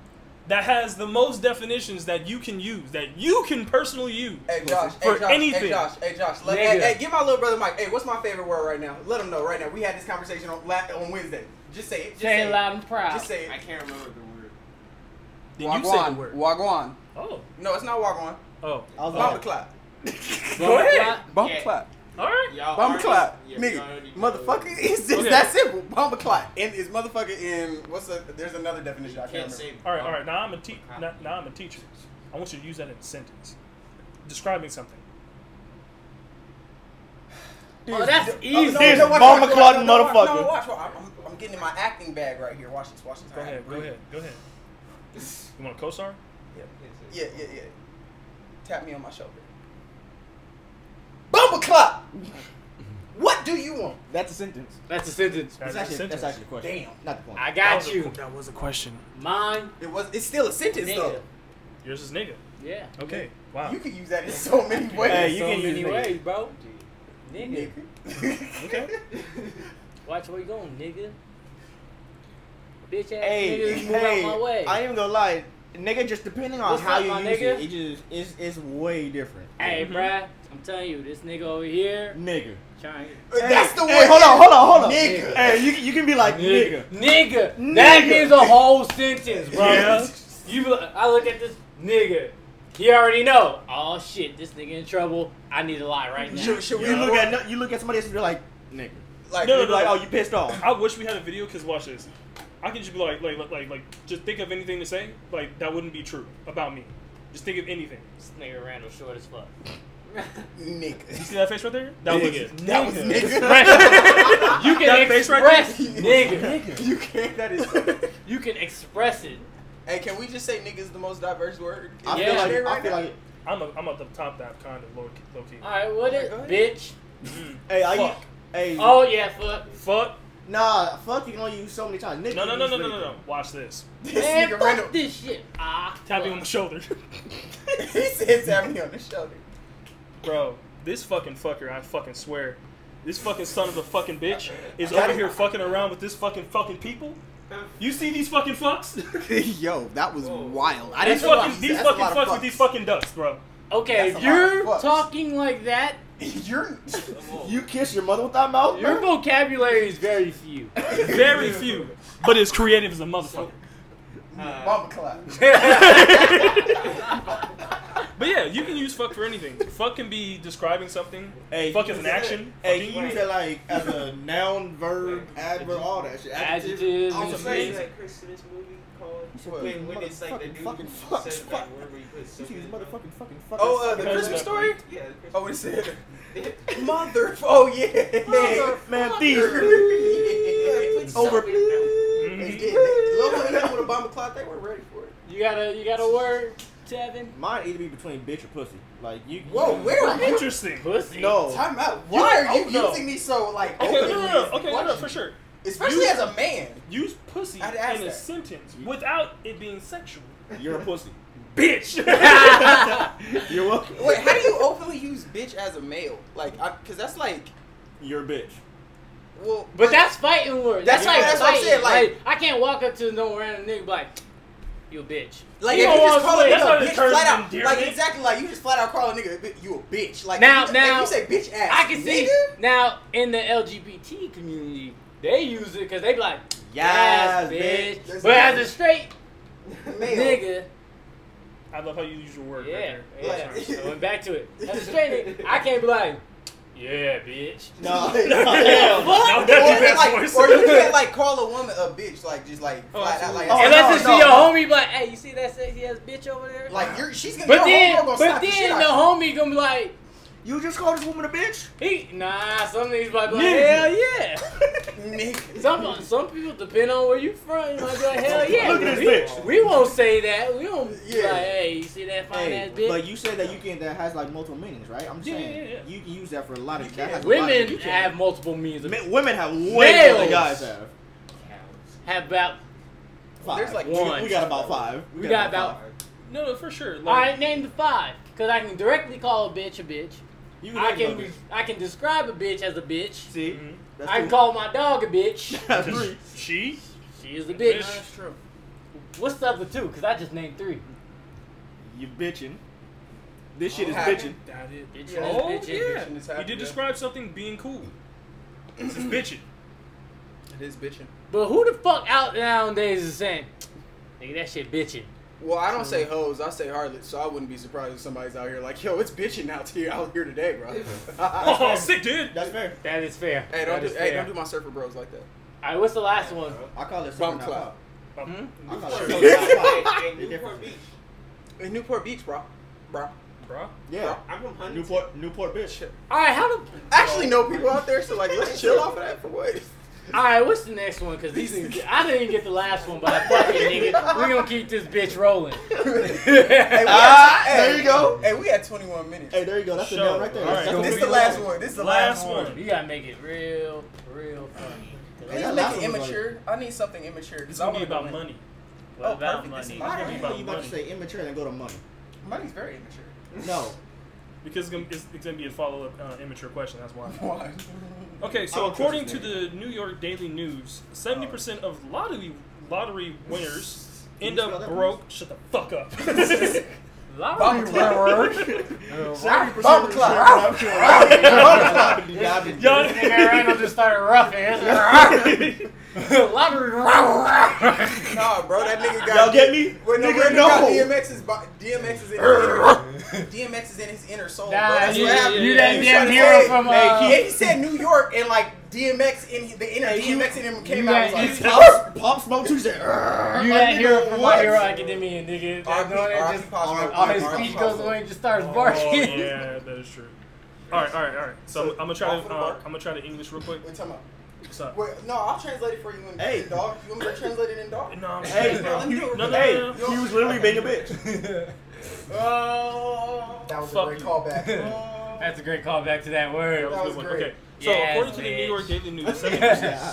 S2: that has the most definitions that you can use that you can personally use?
S4: Hey Josh,
S2: For
S4: hey Josh,
S2: anything.
S4: hey Josh, hey Josh, let,
S3: Nigga.
S4: hey, hey, give my little brother Mike. Hey, what's my favorite word right now? Let him know right now. We had this conversation on la- on Wednesday. Just say it. Just
S3: Say
S4: say
S3: it
S4: it.
S3: loud and proud.
S4: Just say
S6: I
S4: it.
S6: can't remember the word.
S2: Did you say the
S4: Wagwan.
S2: word?
S4: Wagwan.
S2: Oh,
S4: No, it's not wagwan.
S2: oh.
S5: I was
S4: Bomb
S5: like,
S4: clap.
S2: Go ahead.
S4: Bomb
S6: Yeah.
S4: clap.
S2: All right.
S6: Y'all
S4: Bomb
S6: already-
S4: clap.
S6: yeah, y'all already
S4: Nigga.
S6: know the word.
S4: Motherfucker. It's just
S2: Okay.
S4: that simple. Bomb clap. And is motherfucker in what's the there's another definition I
S6: You
S4: can't
S6: can't
S4: remember.
S6: say.
S2: All right. All right. Now I'm a te- now, now I'm a teacher. I want you to use that in a sentence, describing something.
S3: Oh, that's
S4: Oh,
S3: easy.
S5: This
S4: watch,
S5: bomb
S4: watch,
S5: clap
S4: watch, no, watch,
S5: motherfucker.
S4: No, watch, watch. I'm, I'm- I'm getting in my acting bag right here. Watch this, watch this.
S2: Go ahead. Go ahead. Go ahead. You want a co-star?
S4: Yeah, yeah, yeah. Tap me on my shoulder. Bumble clap. What do you want?
S5: that's a sentence.
S3: That's a sentence.
S2: That's
S5: That's
S2: a
S5: actually,
S2: sentence.
S5: that's actually a question.
S4: Damn.
S5: Not the point.
S3: I
S2: That was
S3: got
S2: a-
S3: you.
S2: that was a question.
S3: Mine.
S4: It was. It's still a sentence
S3: Nigga.
S4: though.
S2: Yours is nigga.
S3: Yeah.
S2: Okay. Wow.
S4: You could use that in so many ways.
S5: Hey, you
S3: so
S5: can
S3: many
S5: use nigga.
S3: ways, bro. Nigga.
S4: Nigga.
S2: Okay.
S3: Watch where you going, nigga. Bitch ass
S5: Hey,
S3: nigga, you move
S5: hey,
S3: out my way.
S5: I ain't gonna lie, nigga. Just depending on
S3: What's
S5: how
S3: up,
S5: you
S3: my
S5: use
S3: nigga?
S5: it, it just it's it's way different.
S3: hey,
S2: Mhm.
S3: bruh, I'm telling you, this nigga over here
S5: nigga.
S3: trying.
S4: That's the
S5: hey,
S4: one.
S5: Hey, hold on, hold on, hold on.
S4: Nigga.
S5: Hey, you you can be like nigga.
S3: Nigga. That
S5: Nigga.
S3: means a whole sentence, bro.
S2: Yeah.
S3: You, be like- I look at this nigga. He already know. Oh shit, this nigga in trouble. I need a lie right now.
S4: Should, should we
S5: You look
S4: look
S5: at no- you look at somebody else and be like nigga.
S4: like?
S2: No,
S5: No,
S2: no,
S5: no, like, oh, you pissed off.
S2: I wish we had a video because watch this. I can just be like, like, like, like, like, just think of anything to say. Like that wouldn't be true about me. Just think of anything.
S3: This nigga Randall short as fuck.
S2: You
S4: Nigga.
S2: see that face right there? That was it.
S4: That was nigga.
S2: Right.
S3: You can
S2: That face right
S3: express,
S2: there?
S3: nigga.
S4: You can't. That is.
S3: You can express it.
S4: hey, can we just say nigga is the most diverse word?
S5: I
S3: Yeah.
S5: feel like
S4: Right
S5: I feel
S4: now?
S5: like
S2: I'm a, I'm at the top that kind of low, low key.
S3: All right, what it,
S4: go ahead.
S3: bitch?
S2: Mm.
S5: hey, I
S3: Fuck.
S5: hey
S3: Oh yeah, fuck.
S2: Fuck.
S5: nah fuck you can only use so many times. Nigga.
S2: No, no,
S5: you
S2: no,
S5: use
S2: no, no, no,
S5: nigga.
S2: no. Watch this.
S4: This
S3: Man,
S4: nigga
S3: fuck
S4: Randall.
S3: this shit. Ah,
S2: Tapping on
S3: fuck.
S2: the shoulder,
S4: he said tap me on the shoulder.
S2: bro. This fucking fucker. I fucking swear. This fucking son of a fucking bitch is
S4: That
S2: over
S4: is-
S2: here fucking around with this fucking fucking people. You see these fucking fucks?
S4: Yo, that was
S6: Whoa.
S4: wild. I
S2: these
S4: didn't know
S2: fucking
S4: that-
S2: these
S4: that's a
S2: fucking
S4: lot of
S2: fucks with
S4: fucks.
S2: these fucking ducks, bro.
S3: Okay,
S4: That's a lot of
S3: if you're
S4: fucks.
S3: talking like that,
S4: You're
S5: You kiss your mother with that mouth?
S3: your
S5: bruh?
S3: vocabulary is very few.
S2: Very few, but as creative
S5: Uh,
S2: as a motherfucker.
S6: Uh,
S4: mama clap.
S2: But yeah, you can use fuck for anything. fuck can be describing something.
S5: Hey,
S2: fuck
S5: you
S2: is an
S5: said-
S2: action.
S5: Hey,
S2: Fucking
S5: you use it like as a noun, verb, adverb, all that shit.
S3: Adjectives.
S5: I
S6: I'm
S5: was
S6: saying
S5: amazing.
S6: like Chris this movie called
S5: What?
S6: when, when it's like the
S5: Motherfucking
S6: dude
S5: fucking
S6: who
S5: fuck.
S6: says
S5: Fuck.
S6: like where were you put
S5: You see
S6: something
S5: this
S6: in
S5: motherfucking
S6: the mouth?
S5: fucking fucking fucking.
S4: Oh, uh, the
S2: Christmas
S4: Christmas
S2: story?
S4: story?
S6: Yeah,
S4: Oh,
S6: the
S4: it's
S6: Christmas
S4: it.
S6: story.
S4: Mother. Oh, yeah.
S5: man,
S6: Yeah, put
S5: thief.
S6: something in the mouth.
S4: They
S2: Mhm.
S4: did. Loco and them with a bomb clock, they weren't ready for it.
S3: You got a you got a word, Tevin?
S5: Mine either be between bitch or pussy. Like you.
S4: Whoa,
S5: you-
S4: where are you?
S2: Interesting.
S3: Pussy.
S5: No.
S4: Time out. Why are Oh. you
S2: Oh, no.
S4: using these so, like,
S2: Okay, no,
S4: openly?
S2: no, no, okay, no, no, for sure.
S4: Especially
S2: You-
S4: as a man.
S2: Use pussy in
S4: I'd
S2: a
S4: ask that.
S2: sentence without it being sexual.
S5: You're a pussy.
S2: Bitch.
S5: You're welcome.
S4: Wait, how do you openly use bitch as a male? Like, because that's like,
S5: You're a bitch.
S4: well,
S3: But that's fighting words.
S4: That's-
S3: That's, like
S4: that's what I'm
S3: fighting.
S4: saying, like-
S3: I can't walk up to no random nigga and be like, you a bitch.
S4: like
S2: You
S4: if
S2: know
S4: you
S2: what
S4: just
S2: I'm
S4: call a
S2: saying? That's
S4: nigga
S2: not
S4: a
S2: the
S4: bitch
S2: term
S4: flat out,
S2: endearment.
S4: like exactly like you just flat out call a nigga a bi- you a bitch. Like
S3: Now-
S4: if you,
S3: now-
S4: if you say bitch ass.
S3: I can see
S4: nigga,
S3: now in the LGBT community they use it because they be like,
S5: Yes,
S3: yes, bitch.
S4: bitch.
S3: But as a straight
S4: male.
S3: nigga,
S2: I love how you use your word.
S3: yeah,
S2: Right
S3: yeah.
S2: there.
S4: Like-
S3: I went back to it. As a straight nigga, I can't be like, yeah, bitch.
S5: No.
S3: Damn.
S2: Now that's
S4: Or you,
S2: the
S4: can,
S2: best
S4: like,
S2: voice.
S4: or you can like call a woman a bitch, like just like
S2: Oh,
S4: flat out, like
S2: absolutely.
S5: Oh,
S3: Unless
S5: no,
S3: it's
S5: no,
S3: to your
S5: no.
S3: homie, but hey, you see that sexy ass bitch over there?
S4: like you're she's gonna.
S3: but
S4: your
S3: then,
S4: homegirl gonna
S3: but
S4: slap the shit
S3: then
S4: out
S3: the
S4: of you.
S3: homie gonna be like,
S5: You just called this woman a bitch?
S3: he nah. Some niggas might be like, hell
S5: Nigga.
S3: yeah.
S4: Nigga.
S3: Some some people depend on where you from. You might be like, hell yeah.
S5: Look at
S3: we,
S5: this
S2: bitch.
S3: we won't say that. We won't be
S4: Yeah.
S3: like, hey, you see that fine
S5: Hey,
S3: ass bitch?
S5: but you said that you can that has like multiple meanings, right? I'm just
S2: Yeah,
S5: saying
S2: yeah, yeah.
S5: you can use that for a lot of
S4: You
S5: that
S4: can.
S5: has a lot of
S3: Women
S5: meanings.
S3: have multiple means of
S5: Men- women have way more than
S3: Males.
S5: guys have.
S3: have about
S5: Five.
S4: There's like
S5: We-
S3: one.
S5: We got about five.
S3: We got about-
S5: five.
S2: No, no, for sure.
S3: all
S2: Like,
S3: right, name the five. Cause I can directly call a bitch a bitch.
S5: You
S3: I
S5: name
S3: can
S5: them.
S3: I can describe a bitch as a bitch.
S5: see.
S2: Mhm.
S5: That's
S3: I can
S5: two.
S3: call my dog a bitch.
S5: That's three.
S2: she.
S3: She is a bitch.
S2: Bitch. That's
S3: true. What's the other two? Cause I just named three.
S5: You bitching. This shit is
S4: Okay.
S5: bitching.
S2: That is.
S3: Bitch
S4: Yeah.
S2: Oh
S3: ass bitch.
S2: yeah.
S4: Bitchin' is
S2: You
S4: happening.
S2: did describe something being cool. This is bitching.
S4: It is bitching.
S3: But who the fuck out nowadays is saying, nigga, that shit bitching?
S4: Well, I don't say
S5: Mm.
S4: hoes, I say harlots, so I wouldn't be surprised if somebody's out here like, yo, it's bitching out here out here today, bro.
S2: Oh, sick dude.
S5: That's fair.
S3: That is fair.
S4: hey, don't
S3: That
S4: do
S3: is
S4: hey,
S3: fair.
S4: don't do my surfer bros like that.
S3: All right, what's the last one?
S5: I call it
S4: Bum
S5: something out
S4: clap.
S3: Hmm?
S5: loud. I call
S6: Newport
S5: it
S6: Beach.
S5: something out loud.
S6: And Newport Beach.
S4: In Newport Beach, bro. Bro.
S2: Bruh.
S5: Yeah.
S6: I'm from Huntington.
S5: Newport, Newport bitch.
S3: All right, how the?
S4: Actually know people out there, so like let's chill off of that for what?
S3: All right, what's the next one? Cause these, niggas- I didn't even get the last one, but I fucking nigga, we gonna keep this bitch rolling.
S4: Hey, we
S5: Ah,
S4: had-
S5: there you go.
S4: Hey, we had 21 minutes.
S5: Hey, there you go. That's a
S2: Show.
S5: nail right there.
S2: All right.
S5: That's
S2: This
S5: a
S4: this is
S5: nail.
S4: the last one. This is the last,
S2: Last
S4: one.
S2: one.
S3: You gotta make it real, real funny.
S5: Hey,
S4: Please
S5: that
S4: make
S5: last
S4: it
S5: one was like-
S4: immature. I need something immature.
S2: It's
S4: because I
S2: gonna be
S4: wanna
S2: about
S4: go in.
S2: money.
S3: What
S4: Oh,
S3: about
S4: perfect. This is
S3: money?
S4: my-
S5: I
S2: It's gonna be
S5: didn't know
S2: about
S5: you about to
S2: money.
S5: say immature and go to money.
S4: Money's very immature.
S5: No.
S2: Because it's gonna, it's, it's gonna be a follow up uh, immature question. That's why.
S4: Why?
S2: Okay,
S5: I
S2: so
S5: don't trust
S2: according
S5: this
S2: to the New York Daily News, seventy percent of lottery lottery winners
S5: Can
S2: end
S5: you spell
S2: up
S5: that,
S2: broke. Shut the fuck up.
S3: Lottery
S4: Bum
S3: winner.
S4: clap. Bum clap.
S2: Y'all-
S3: Nigga Randall just started roughing. Lottery winner.
S4: Nah, bro, that nigga got.
S5: Y'all get me?
S4: Wait, no,
S5: Nigga,
S4: Randy
S5: no.
S4: got DMX is bo- DMX is in his inner, DMX is in his inner soul. bro.
S3: Nah,
S4: That's
S3: you,
S4: what happened.
S3: you
S4: You
S3: that damn
S4: should've
S3: hero
S4: said-
S3: from
S5: Hey,
S3: uh,
S5: keep-
S4: Yeah, he said New York and like DMX in the inner DMX in him came
S3: you
S4: out.
S3: got-
S4: and was
S3: you-
S4: like,
S5: Pop, Pop Smoke Tuesday.
S3: You
S5: You
S3: that hero from My Hero Academia, nigga. That
S4: R.I.P.
S3: one that just
S4: Pop
S3: all
S4: Smoke,
S3: his
S4: R.I.P.
S3: speech
S4: Pop
S3: goes
S4: Smoke.
S3: away and just starts
S2: Oh,
S3: barking.
S2: yeah, that is true. All right, all right, all right. So,
S4: So,
S2: I'm gonna try
S4: off
S2: to
S4: the
S2: uh,
S4: mark.
S2: I'm gonna try to English real quick.
S4: Wait, time out.
S2: So,
S4: Wait, no, I'll translate it for you in,
S5: Hey.
S4: in dog. You want me to translate it in dog?
S2: no, I'm
S5: Hey,
S2: sorry, bro.
S4: let me do it.
S2: No, no,
S5: Hey,
S2: no, no.
S5: he was literally being a bitch.
S4: Oh, that was
S2: Fuck
S4: a great
S2: you.
S4: callback.
S3: That's a great callback to that
S2: That
S3: word.
S2: was a good
S4: was
S2: one.
S4: great.
S2: Okay. So
S3: Yes,
S2: according to the New
S3: bitch.
S2: York Daily News,
S3: Yeah.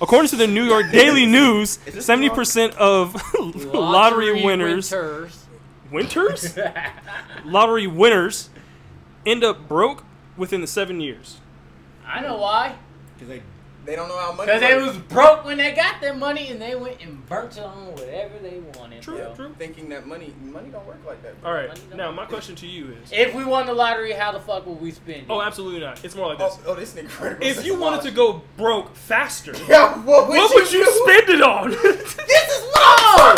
S2: according to the New York Daily News,
S5: this
S2: seventy percent of lottery winners
S3: winters.
S2: winters lottery winners end up broke within the seven years.
S3: I know why.
S5: Cause they
S4: They don't know how much.
S3: Because they was broke when they got their money and they went and burnt it on whatever they wanted.
S2: True,
S3: bro.
S2: true.
S4: thinking that money money don't work like that. Bro.
S2: All right. Now my question to you is:
S3: If we won the lottery, how the fuck would we spend it?
S2: Oh, absolutely not. It's more like this.
S4: Oh, oh, this nigga. Randy
S2: If
S4: was
S2: you
S4: a
S2: wanted
S4: lot.
S2: to go broke faster,
S4: yeah, what would
S2: what
S4: you,
S2: would you
S4: do?
S2: spend it on?
S4: This is what.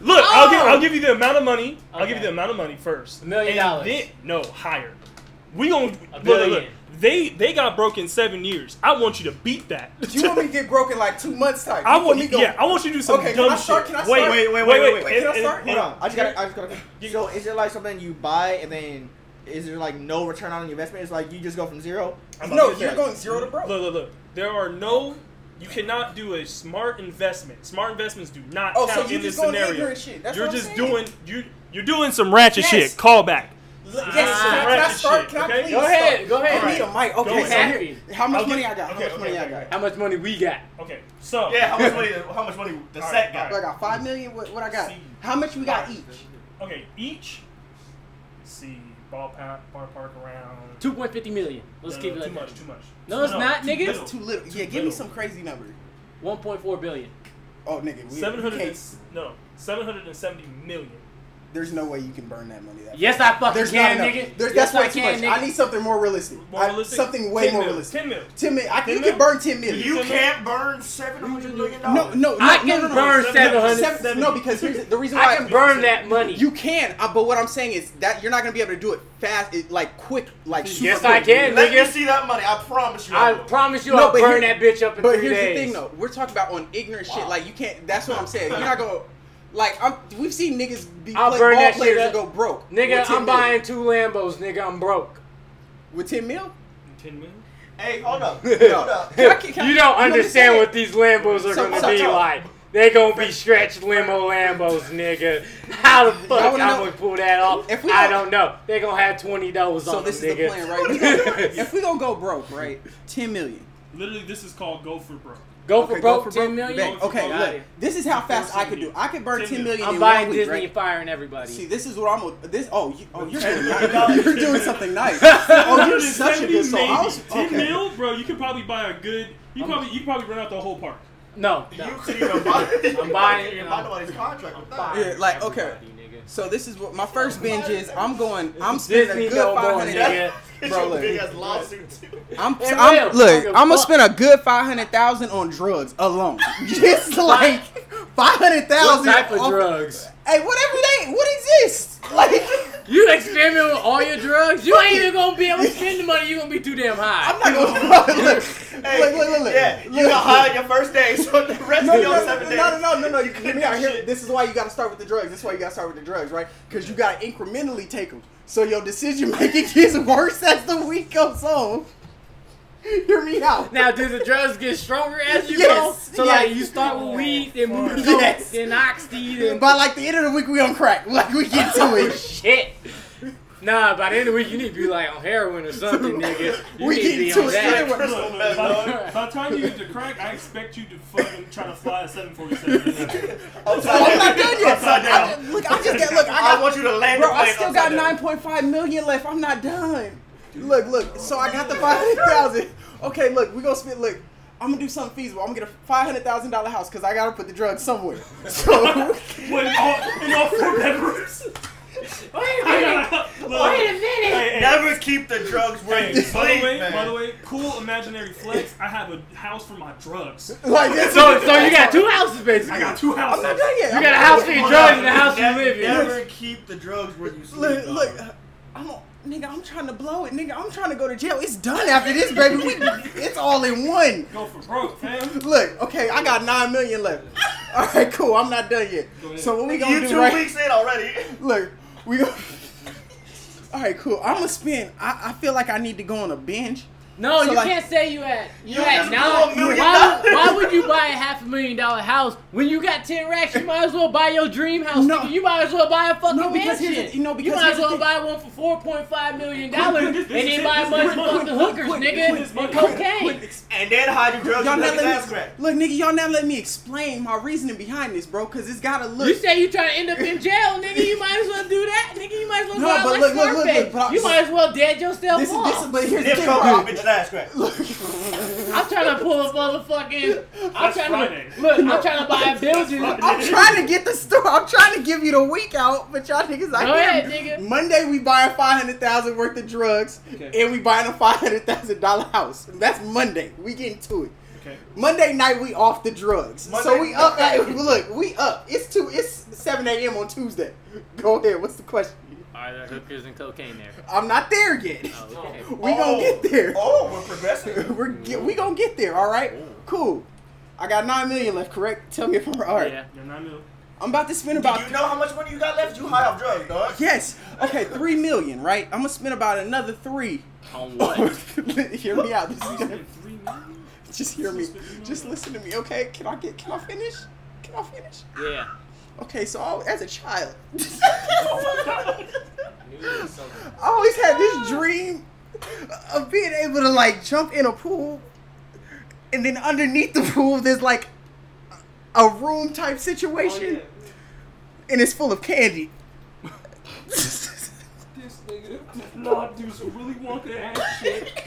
S2: Look, I'll, give,
S3: Oh.
S2: I'll give you the amount of money. I'll give you
S3: Okay.
S2: the amount of money first.
S3: A million
S2: And
S3: dollars.
S2: then- no, higher. We gonna look, look,
S3: billion.
S2: look. They they got broke in seven years. I want you to beat that.
S4: You want me to get broke in like two months time?
S2: I
S4: Before
S2: want
S4: he
S2: you,
S4: go-
S2: yeah, I want you to do some
S4: Okay, can
S2: dumb
S4: I start?
S2: shit.
S4: Can I
S2: wait,
S4: start?
S2: wait, wait, wait, wait,
S5: Wait,
S4: can I
S2: and-
S4: start?
S2: and-
S5: Hold on, I just
S2: and-
S5: gotta, I just gotta. So is it like something you buy and then is there like no return on your investment? It's like you just go from zero.
S4: No, you're going zero to broke.
S2: Look, look, look. There are no. You cannot do a smart investment. Smart investments do not
S4: Oh, so
S2: count
S4: you
S2: in this
S4: just going
S2: scenario.
S4: ignorant shit. That's
S2: you're
S4: what I'm
S2: just
S4: saying.
S2: doing you. You're doing some ratchet
S4: Yes.
S2: shit. Call back.
S4: Yes,
S3: Ah,
S4: can, I- can I
S2: ratchet
S4: start?
S2: shit,
S4: Can I
S2: okay?
S4: please
S3: Go ahead,
S4: start?
S3: go ahead.
S4: I need a mic.
S2: Go
S4: Okay, so
S2: ahead.
S4: here, how much
S2: Okay,
S4: money I got? How
S2: okay,
S4: much money
S2: okay,
S4: I got?
S2: okay.
S3: How much money we got?
S2: Okay, so
S7: Yeah, how much money? How much money the
S2: All
S7: set
S2: right,
S4: I
S7: got?
S4: got five million. What, what I got? How much we got each?
S2: okay, each. Let's see, ball park, ballpark around.
S3: Two point fifty million. Let's
S2: No,
S3: keep
S2: no,
S3: it
S2: too
S3: like
S2: much,
S3: that.
S2: too much.
S3: No, it's not,
S2: too
S3: nigga.
S2: little.
S4: Too little. Yeah, give me
S2: little.
S4: some crazy number.
S3: One point four billion.
S4: Oh, nigga, we,
S2: Seven
S4: we
S2: hundred.
S4: can't.
S2: and- No, seven hundred and seventy million.
S4: There's no way you can burn that money. That
S3: Yes, I fucking
S4: There's
S3: can,
S4: not enough.
S3: nigga.
S4: There's,
S3: yes,
S4: that's way
S3: I
S4: too
S3: can,
S4: much.
S3: nigga.
S4: I need something more realistic.
S2: More
S4: I-
S2: realistic?
S4: something way
S2: 10
S4: more
S2: mil,
S4: realistic.
S2: Ten mil.
S4: Ten million. I, you
S2: Ten
S4: can
S2: mil?
S4: burn ten million.
S7: You can't burn seven hundred million
S4: no,
S7: dollars.
S4: no, no.
S3: I
S4: no,
S3: can
S4: no, no,
S3: burn
S4: no.
S3: seven hundred-
S4: Seven- No, because here's the- the reason why
S3: I can burn that money.
S4: You can, uh, but what I'm saying is that you're not gonna be able to do it fast, it, like quick, like super
S3: Yes, I
S4: quick.
S3: can,
S7: Let me
S3: nigga.
S7: see that money. I promise you.
S3: I
S7: will.
S3: promise you,
S4: No,
S3: I'll
S4: but
S3: burn
S4: here-
S3: that bitch up in
S4: But
S3: three
S4: here's
S3: days.
S4: the thing, though. We're talking about on ignorant shit. Like you can't. That's what I'm saying. You're not gonna. Like I'm, we've seen niggas be
S3: I'll
S4: play
S3: burn
S4: ball
S3: that shit
S4: players
S3: up.
S4: and go broke.
S3: Nigga,
S4: with 10
S3: I'm
S4: mil.
S3: buying two Lambos, nigga. I'm broke.
S4: with ten mil.
S2: Ten mil.
S7: Hey, hold up.
S4: No.
S7: Hold up.
S4: Can I- can I-
S3: You don't
S4: let me
S3: understand
S4: say
S3: what
S4: it.
S3: these Lambos are
S4: So-
S3: gonna
S4: so-
S3: be
S4: so-
S3: like. They gonna be stretched limo Lambos, nigga. How the fuck I'm
S4: wanna know-
S3: gonna pull that off?
S4: If we
S3: I
S4: don't-
S3: don't know. They gonna have twenty dollars
S4: So
S3: on
S4: this is
S3: them,
S4: the
S3: nigga.
S4: plan, right? We gonna- if we gonna go broke, right? Ten million.
S2: Literally, this is called go for broke.
S3: go for
S4: Okay,
S3: broke,
S4: go for
S3: ten
S4: broke.
S3: million.
S4: Bet. Okay,
S3: Got
S4: look.
S3: it.
S4: This is how fast I could do. I could burn 10 million
S3: I'm
S4: in
S3: buying
S4: one week,
S3: Disney and
S4: right?
S3: firing everybody.
S4: See, this is what I'm. gonna- This oh, you, oh you're,
S2: Ten
S4: doing,
S2: million
S4: nice. you're doing something nice. Oh, you're such a
S2: 170
S4: good soul. I
S2: maybe.
S4: was,
S2: Ten
S4: okay.
S2: mil, bro. You could probably buy a good. You probably you could probably run out the whole park.
S3: no,
S7: You
S3: no.
S7: couldn't even buy. you couldn't
S3: buying-
S7: even buy nobody's contract with that.
S4: Yeah, like, okay. So this is what my first binge is. I'm going. I'm spending
S3: Disney
S4: a good
S3: no more,
S4: five hundred.
S3: nigga.
S7: It's
S4: Bro,
S7: your
S4: look.
S7: big ass lawsuit too.
S4: I'm,
S3: It
S4: I'm
S3: will.
S4: look.
S3: Fuck.
S4: I'm gonna spend a good five hundred thousand on drugs alone. Just like five hundred
S3: What
S4: thousand.
S3: type of drugs?
S4: Hey, whatever they what exists. Like
S3: You experiment with all your drugs? You ain't even gonna be able to spend the money. You gonna be too damn high.
S4: I'm not gonna look. look, look, look, look.
S7: Yeah, you got high on your first day, so the rest
S4: No,
S7: of
S4: no,
S7: your
S4: no,
S7: seven
S4: no,
S7: days.
S4: no, no, no, no. You hear me out here.
S7: Shit.
S4: This is why you got to start with the drugs. This is why you got to start with the drugs, right? Because you got to incrementally take them. So your decision making gets worse as the week goes on. Hear me out.
S3: Now, do the drugs get stronger as you
S4: Yes,
S3: go? So,
S4: yes.
S3: like, you start with weed, then move to
S4: Yes.
S3: yes. then oxy, then
S4: By like the end of the week, we on crack. Like we get to it.
S3: shit. Nah, by the end of the week, you need to be like on heroin or something, nigga. You
S4: We
S3: need to
S4: getting
S3: be
S4: too
S3: on
S4: strict.
S3: that.
S2: Look,
S7: Crystal
S2: look,
S7: meth, dog.
S2: By by the time you get to crack, I expect you to fucking try to fly a 747.
S4: No, I'm not done yet.
S7: Upside
S4: I-
S7: down.
S4: look, I just got look. I got
S7: I want you to land
S4: Bro,
S7: the
S4: I
S7: plane
S4: still
S7: upside
S4: got
S7: down.
S4: 9.5 million left. I'm not done. Look, look. So I got the 500,000. Okay, look, we gonna spend. Look, I'm gonna do something feasible. I'm gonna get a 500 thousand dollar house because I gotta put the drugs somewhere. So
S2: When all, in all four bedrooms.
S3: Wait a
S2: I
S3: minute.
S2: gotta- look.
S3: Wait a minute.
S2: Hey, hey,
S7: Never keep the drugs where
S2: hey,
S7: you
S2: by the
S7: sleep,
S2: way, by the
S7: man.
S2: way, cool imaginary flex. I have a house for my drugs.
S4: like this.
S3: So, so you got two houses, basically.
S2: I got two houses.
S4: I'm not done yet.
S3: You got a house for your drugs and a house you
S7: Never-
S3: live in.
S7: Never keep the drugs where you sleep.
S4: Look, look. I'm a, nigga. I'm trying to blow it, nigga. I'm trying to go to jail. It's done after this, baby. We, it's all in one.
S2: Go for broke, fam.
S4: Look, okay, I got nine million left. All right, cool. I'm not done yet.
S2: Go ahead.
S4: So what we
S7: You
S4: gonna
S7: two
S4: do right?
S7: weeks in already.
S4: Look, we go. All right, cool. I'm gonna spend. I, I feel like I need to go on a binge.
S3: No,
S4: So,
S3: you
S4: like-
S3: can't say you at you,
S7: You just
S3: at
S7: blew
S3: now.
S7: a million
S3: Why, would- why
S7: dollars.
S3: would you buy a half a million dollar house when you got ten racks? You might as well buy your dream house.
S4: No.
S3: nigga. You might as well buy a fucking
S4: No, because
S3: mansion.
S4: here's the- you know, because
S3: might
S4: here's
S3: as
S4: the
S3: well
S4: thing.
S3: buy one for four point five million dollars and
S2: This is
S3: then
S2: it.
S3: buy
S2: This
S3: a bunch
S2: is
S3: of
S2: money.
S3: fucking hookers,
S2: Quit,
S3: nigga,
S2: quit,
S3: and
S2: quit, quit,
S3: cocaine.
S7: And then hide your drugs
S4: Y'all
S7: in
S4: not
S7: the ass
S4: let me,
S7: crack.
S4: look, nigga. Y'all not let me explain my reasoning behind this, bro. Cause it's gotta look.
S3: You say you trying to end up in jail, nigga. You might as well do that, nigga. You might as well
S4: No,
S3: go out
S4: but
S3: like
S4: look, look, look,
S3: Scarface.
S4: look, but I-
S3: you might as well dead yourself
S4: this is
S3: off.
S4: this is. But here's the
S7: If
S4: thing,
S7: coke off
S4: bro.
S7: bitch ass crack.
S3: I'm trying to pull a motherfucking. I'm
S2: That's
S3: trying
S2: Friday.
S3: to look. I'm trying to buy a building.
S4: I'm trying to get the store. I'm trying to give you the week out, but y'all niggas like
S3: Go ahead, nigga.
S4: Monday we buying five hundred thousand worth of drugs,
S2: Okay.
S4: and we buying a five hundred thousand dollar house. That's Monday. We getting to it.
S2: Okay.
S4: Monday night we off the drugs. so
S7: Monday-
S4: we up. At, look, we up. It's two. It's seven a.m. on Tuesday. Go ahead. What's the question?
S3: Are there hookers and cocaine there?
S4: I'm not there yet.
S3: Oh, okay.
S4: We gonna get there.
S7: Oh, we're progressing.
S4: We're get, we gonna get there. All right. Cool. I got nine million left. Correct. Tell me if I'm right. All right.
S3: Yeah.
S2: You're not new.
S4: I'm about to spend
S7: Do
S4: about
S7: you know how much money you got left? You high off drugs, dog.
S4: yes. Okay, three million. Right. I'm gonna spend about another three.
S3: On what?
S4: hear me out. This is gonna-
S2: Three million?
S4: just hear me. Just listen to me. Okay. Can I get? Can I finish? Can I finish?
S3: yeah.
S4: Okay. So I, as a child,
S6: Knew there was something.
S4: I always had this dream of being able to like jump in a pool, and then underneath the pool there's like a a room type
S6: Oh,
S4: situation,
S6: yeah.
S4: and it's full of candy.
S6: This nigga.
S2: Nah, dude, some really wonka ass shit.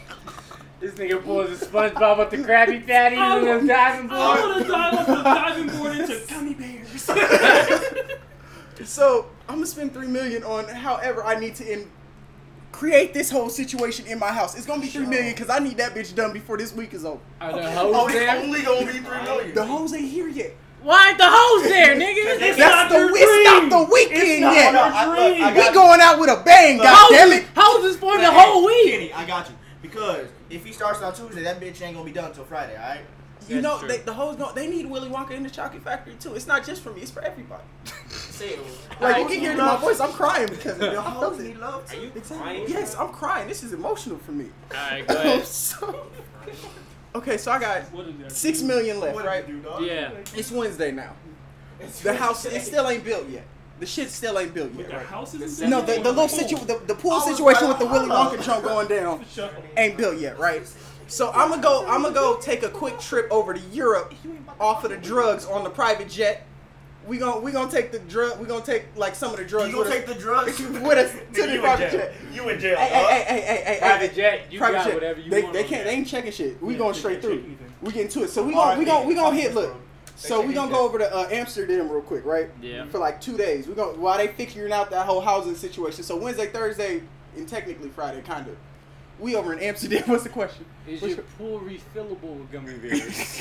S3: This nigga pulls his SpongeBob with the Krabby Patties and them diving
S2: I
S3: board.
S2: want to dive off the diving board into gummy bears.
S4: so I'm gonna spend three million on however I need to in- create this whole situation in my house. It's gonna be three million because I need that bitch done before this week is over.
S3: Are there
S7: Oh,
S3: hoes
S7: it's
S3: there?
S7: only gonna be three million.
S4: The hoes ain't here yet.
S3: Why ain't the hoes there,
S4: That's
S3: nigga?
S4: the it's not the
S2: It's
S4: weekend
S2: not
S4: yet.
S7: No, I, look, I
S4: we
S7: got
S4: going out with a bang, goddamn
S3: Hoes,
S4: it.
S3: hoes is for the whole week.
S7: Kenny, I got you. Because if he starts on Tuesday, that bitch ain't gonna be done until Friday, alright?
S4: You
S3: That's
S4: know,
S3: true.
S4: they, the hoes don't. They need Willy Wonka in the Chocolate Factory too. It's not just for me; it's for everybody.
S6: Say it.
S4: Like you
S3: Right.
S4: can hear it in my voice, I'm crying because of the hoes.
S7: He loves
S6: Are
S7: you.
S6: you
S4: Exactly.
S6: crying?
S4: Yes, I'm crying. This is emotional for me.
S3: Alright, go ahead.
S4: So- okay, so I got
S2: What is that?
S4: six million left,
S7: What right.
S4: right?
S7: do, dog?
S3: Yeah.
S4: It's Wednesday now. The house it still ain't built yet. The shit still ain't built
S2: The
S4: yet, right?
S2: house is
S4: No, the, the little situ the, the pool situation with the Willy Wonka trunk going down ain't built yet, right? So I'm gonna go. I'm gonna go take a quick trip over to Europe off of the drugs on the private jet. We gonna we gonna take the drug. We gonna take like some of the drugs.
S7: You gonna
S4: with us.
S7: take the drugs?
S4: With us to
S7: Nigga,
S4: the
S7: you in
S4: private
S7: jail.
S4: jet.
S7: You in jail,
S4: Hey, hey,
S7: dog.
S4: hey, hey, hey, hey,
S3: Private
S4: hey.
S3: jet, you
S4: Private
S3: got
S4: jet.
S3: whatever you
S4: they,
S3: want.
S4: They
S3: on
S4: can't.
S3: that.
S4: They ain't checking shit. We
S2: Yeah,
S4: going
S2: they can't
S4: straight
S2: check
S4: through.
S2: anything.
S4: We getting to it. So we
S7: All
S4: going
S7: right,
S4: we going we
S7: nigga,
S4: going
S7: fuck
S4: hit.
S7: this,
S4: Look.
S7: bro.
S4: So we gonna go over to uh, Amsterdam real quick, right?
S3: Yeah.
S4: For like two days. We gonna while they figuring out that whole housing situation. So Wednesday, Thursday, and technically Friday, kind of. We over in Amsterdam. What's the question?
S3: Is
S4: What's
S3: your pool refillable with gummy bears?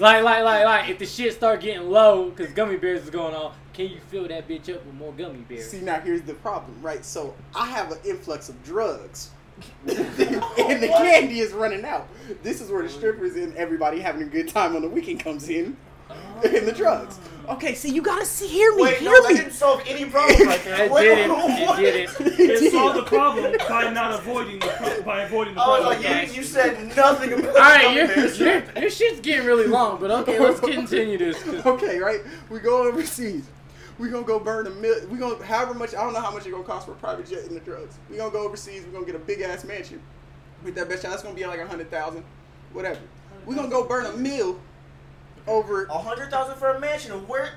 S3: like, like, like, like, if the shit start getting low, because gummy bears is going on, can you fill that bitch up with more gummy bears?
S4: See now, here's the problem, right? So I have an influx of drugs, and the candy is running out. This is where the strippers and everybody having a good time on the weekend comes in, and the drugs. Oh. Okay, see, you gotta see, hear me,
S7: Wait,
S4: hear
S7: no, that
S4: me.
S7: didn't solve any problem right there.
S3: I
S7: What-
S3: did it.
S7: what-
S3: I did it.
S2: It solved the problem by not avoiding the pro- by avoiding the
S4: Oh,
S7: I was
S2: problem.
S7: like, you, you said nothing about
S3: All right,
S7: your
S3: your, your, your shit's getting really long, but okay, let's continue this. 'cause-
S4: okay, right? We go overseas. We gonna go burn a mil. We gonna however much. I don't know how much it gonna cost for a private jet and the drugs. We gonna go overseas. We gonna get a big ass mansion. With that bitch, that's gonna be like a hundred thousand, whatever. We gonna go burn a mill over
S7: A hundred thousand for a mansion. Where?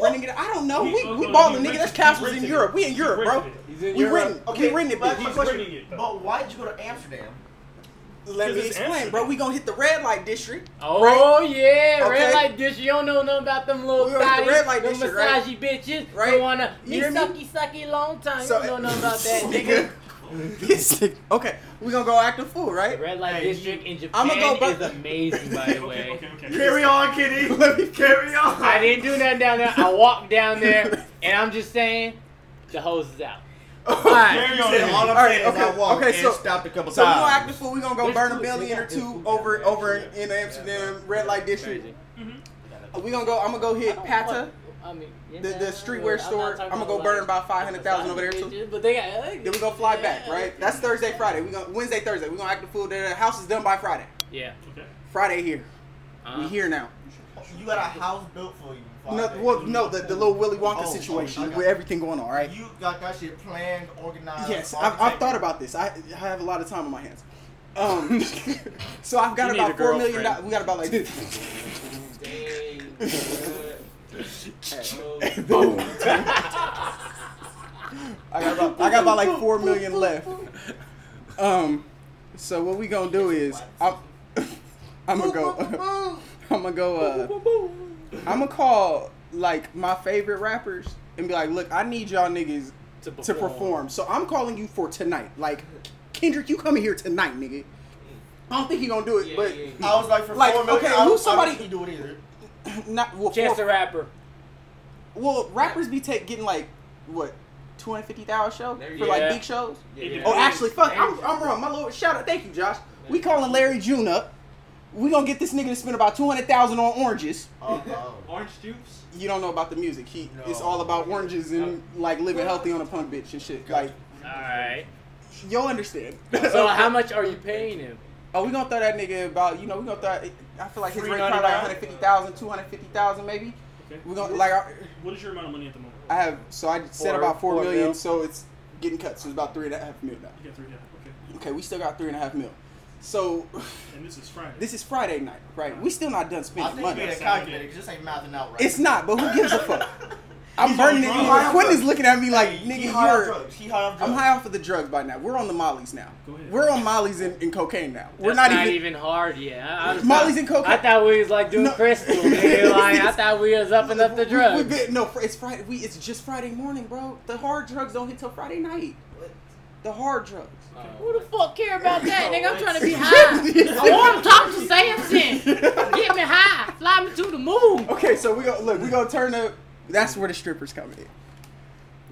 S4: renting it. I don't know.
S2: He-
S4: We
S2: oh,
S4: we
S2: no,
S4: balling,
S2: he
S4: nigga.
S2: rented-
S4: That's
S2: he
S4: castles in
S2: rented it.
S4: Europe. We in
S2: He
S4: Europe, bro.
S2: rented it.
S3: He's in
S4: We
S3: Europe.
S4: renting. We renting
S7: but my
S2: He's
S4: it.
S7: question-
S2: renting it, though.
S7: But why did you go to Amsterdam?
S4: Let me
S2: Because it's
S4: explain,
S2: Amsterdam.
S4: bro. We gonna hit the red light district.
S3: Oh yeah,
S4: Okay.
S3: red light dish. You don't know nothing about them little
S4: We were at the
S3: fatties,
S4: red light
S3: them
S4: district, right?
S3: massagey bitches.
S4: Right.
S3: They wanna
S4: You
S3: be
S4: hear me?
S3: sucky sucky long time.
S4: So-
S3: you don't know nothing about that, nigga.
S4: Nigga. okay, we gonna go act a fool,
S3: The
S4: right?
S3: red light
S7: Hey,
S3: district in Japan
S4: I'ma go
S3: is
S4: bu-
S3: amazing, by the way.
S2: Okay, okay, okay.
S7: Carry on, Kitty.
S4: Let me-
S7: Carry on.
S3: I didn't do nothing down there. I walked down there, and I'm just saying, the hose is out. Alright.
S2: Carry on.
S7: Said, all I'm
S4: All right,
S7: saying is
S4: okay,
S7: I walked
S4: okay, so-
S7: and stopped a couple
S4: So we gonna act
S7: times.
S4: the fool. We gonna go
S3: Let's
S4: burn
S3: do
S4: a
S3: it.
S4: billion or
S3: Let's do
S4: two
S3: it.
S4: over
S3: Yeah,
S4: over in,
S3: yeah.
S4: in Amsterdam red light district.
S3: Crazy.
S4: We gonna go. I'm gonna go hit Pata.
S3: I mean, yeah,
S4: the
S3: I'm
S4: streetwear
S3: not
S4: store,
S3: talking
S4: I'ma go
S3: about,
S4: burn
S3: like,
S4: about 500,000 over there, too.
S3: bitches, But they got. uh, Then
S4: Then we gonna fly back, right? That's Thursday, Friday. We gonna Wednesday, Thursday. We gonna act the fool. The the house is done by Friday.
S3: Yeah.
S2: Okay.
S4: Friday here. We
S3: Uh-huh.
S4: here now.
S7: You got a house built for you.
S4: No,
S7: Father.
S4: well, no, the, the little Willy Wonka
S7: Oh, oh,
S4: situation
S7: I got
S4: with
S7: you.
S4: everything going on, right?
S7: You got that shit planned, organized.
S4: Yes,
S7: all
S4: I've,
S7: the
S4: I've
S7: time.
S4: thought about this. I, I have a lot of time on my hands. Um, so I've
S3: You
S4: got
S3: need a
S4: about four million.
S3: girlfriend.
S4: dollars. We got about like.
S6: Dang.
S4: Boom. I got about, I got about like four million left. Um, so what we gonna do is I'm I'm gonna go I'm gonna go uh I'm gonna call like my favorite rappers and be like, look, I need y'all niggas
S3: To
S4: to perform. So I'm calling you for tonight. Like Kendrick, you coming here tonight, nigga. I don't think he gonna do it,
S6: Yeah,
S4: but
S6: yeah,
S7: I was like, for
S4: Like,
S7: four million,
S4: okay,
S7: I don't-
S4: who's somebody-
S7: I don't think you do it either.
S4: not well,
S3: Chance
S4: for-
S3: the Rapper.
S4: well rappers be take, getting like what two hundred fifty thousand show
S6: There
S4: for
S6: you
S4: like
S3: go.
S4: big shows.
S6: Yeah, yeah.
S4: Oh, actually, fuck, I'm,
S6: Larry-
S4: I'm wrong. My lord, shout out, thank you, Josh. We calling Larry June up. We gonna get this nigga to spend about two hundred thousand on oranges.
S7: Oh, oh.
S6: Orange juice.
S4: You don't know about the music. He
S7: No.
S4: it's all about oranges and like living healthy on a punk bitch and shit. Like
S3: Alright.
S4: you'll understand.
S3: So how much are you paying him?
S4: Oh, we gonna throw that nigga about, you know, we gonna throw. I feel like his rate probably like
S2: 399?
S4: 150,000, 250,000 maybe.
S2: Okay.
S4: We gonna like I,
S2: What is your amount of money at the moment?
S4: I have so I said
S2: Four-
S4: about four
S2: four
S4: million,
S2: mil.
S4: so it's getting cut. So it's about three and a half mil now.
S2: You got three down. Okay.
S4: Okay, we still got three and a half mil. So
S2: And this is Friday.
S4: this is Friday night, right? We still not done
S7: I
S4: spending
S7: think we
S4: money.
S7: need a calculator. 'cause This ain't mouthing out right.
S4: It's not, but who gives a fuck? I'm burning
S7: on drugs.
S4: it. Quentin's looking at me like,
S7: he
S4: nigga,
S7: high on
S4: you're.
S7: drugs. He high on drugs.
S4: I'm high off of the drugs by now. We're on the mollies now.
S2: Go ahead.
S4: We're on mollies and, and cocaine now. We're
S3: That's
S4: not, even,
S3: hard yet. I, I just
S4: Molly's
S3: thought-
S4: and cocaine.
S3: I thought we was like doing
S4: No.
S3: crystal. Nigga. Like I thought we was upping up the
S4: We-
S3: drugs.
S4: We, been, no, fr- it's Friday. We it's just Friday morning, bro. The hard drugs don't hit till Friday night. The hard drugs.
S3: Who the fuck care about that, nigga? I'm trying to be
S4: high.
S3: I want to talk to Samson. Get me high. Fly me to the moon.
S4: Okay, so we go look. We gonna turn up. That's where the strippers coming in.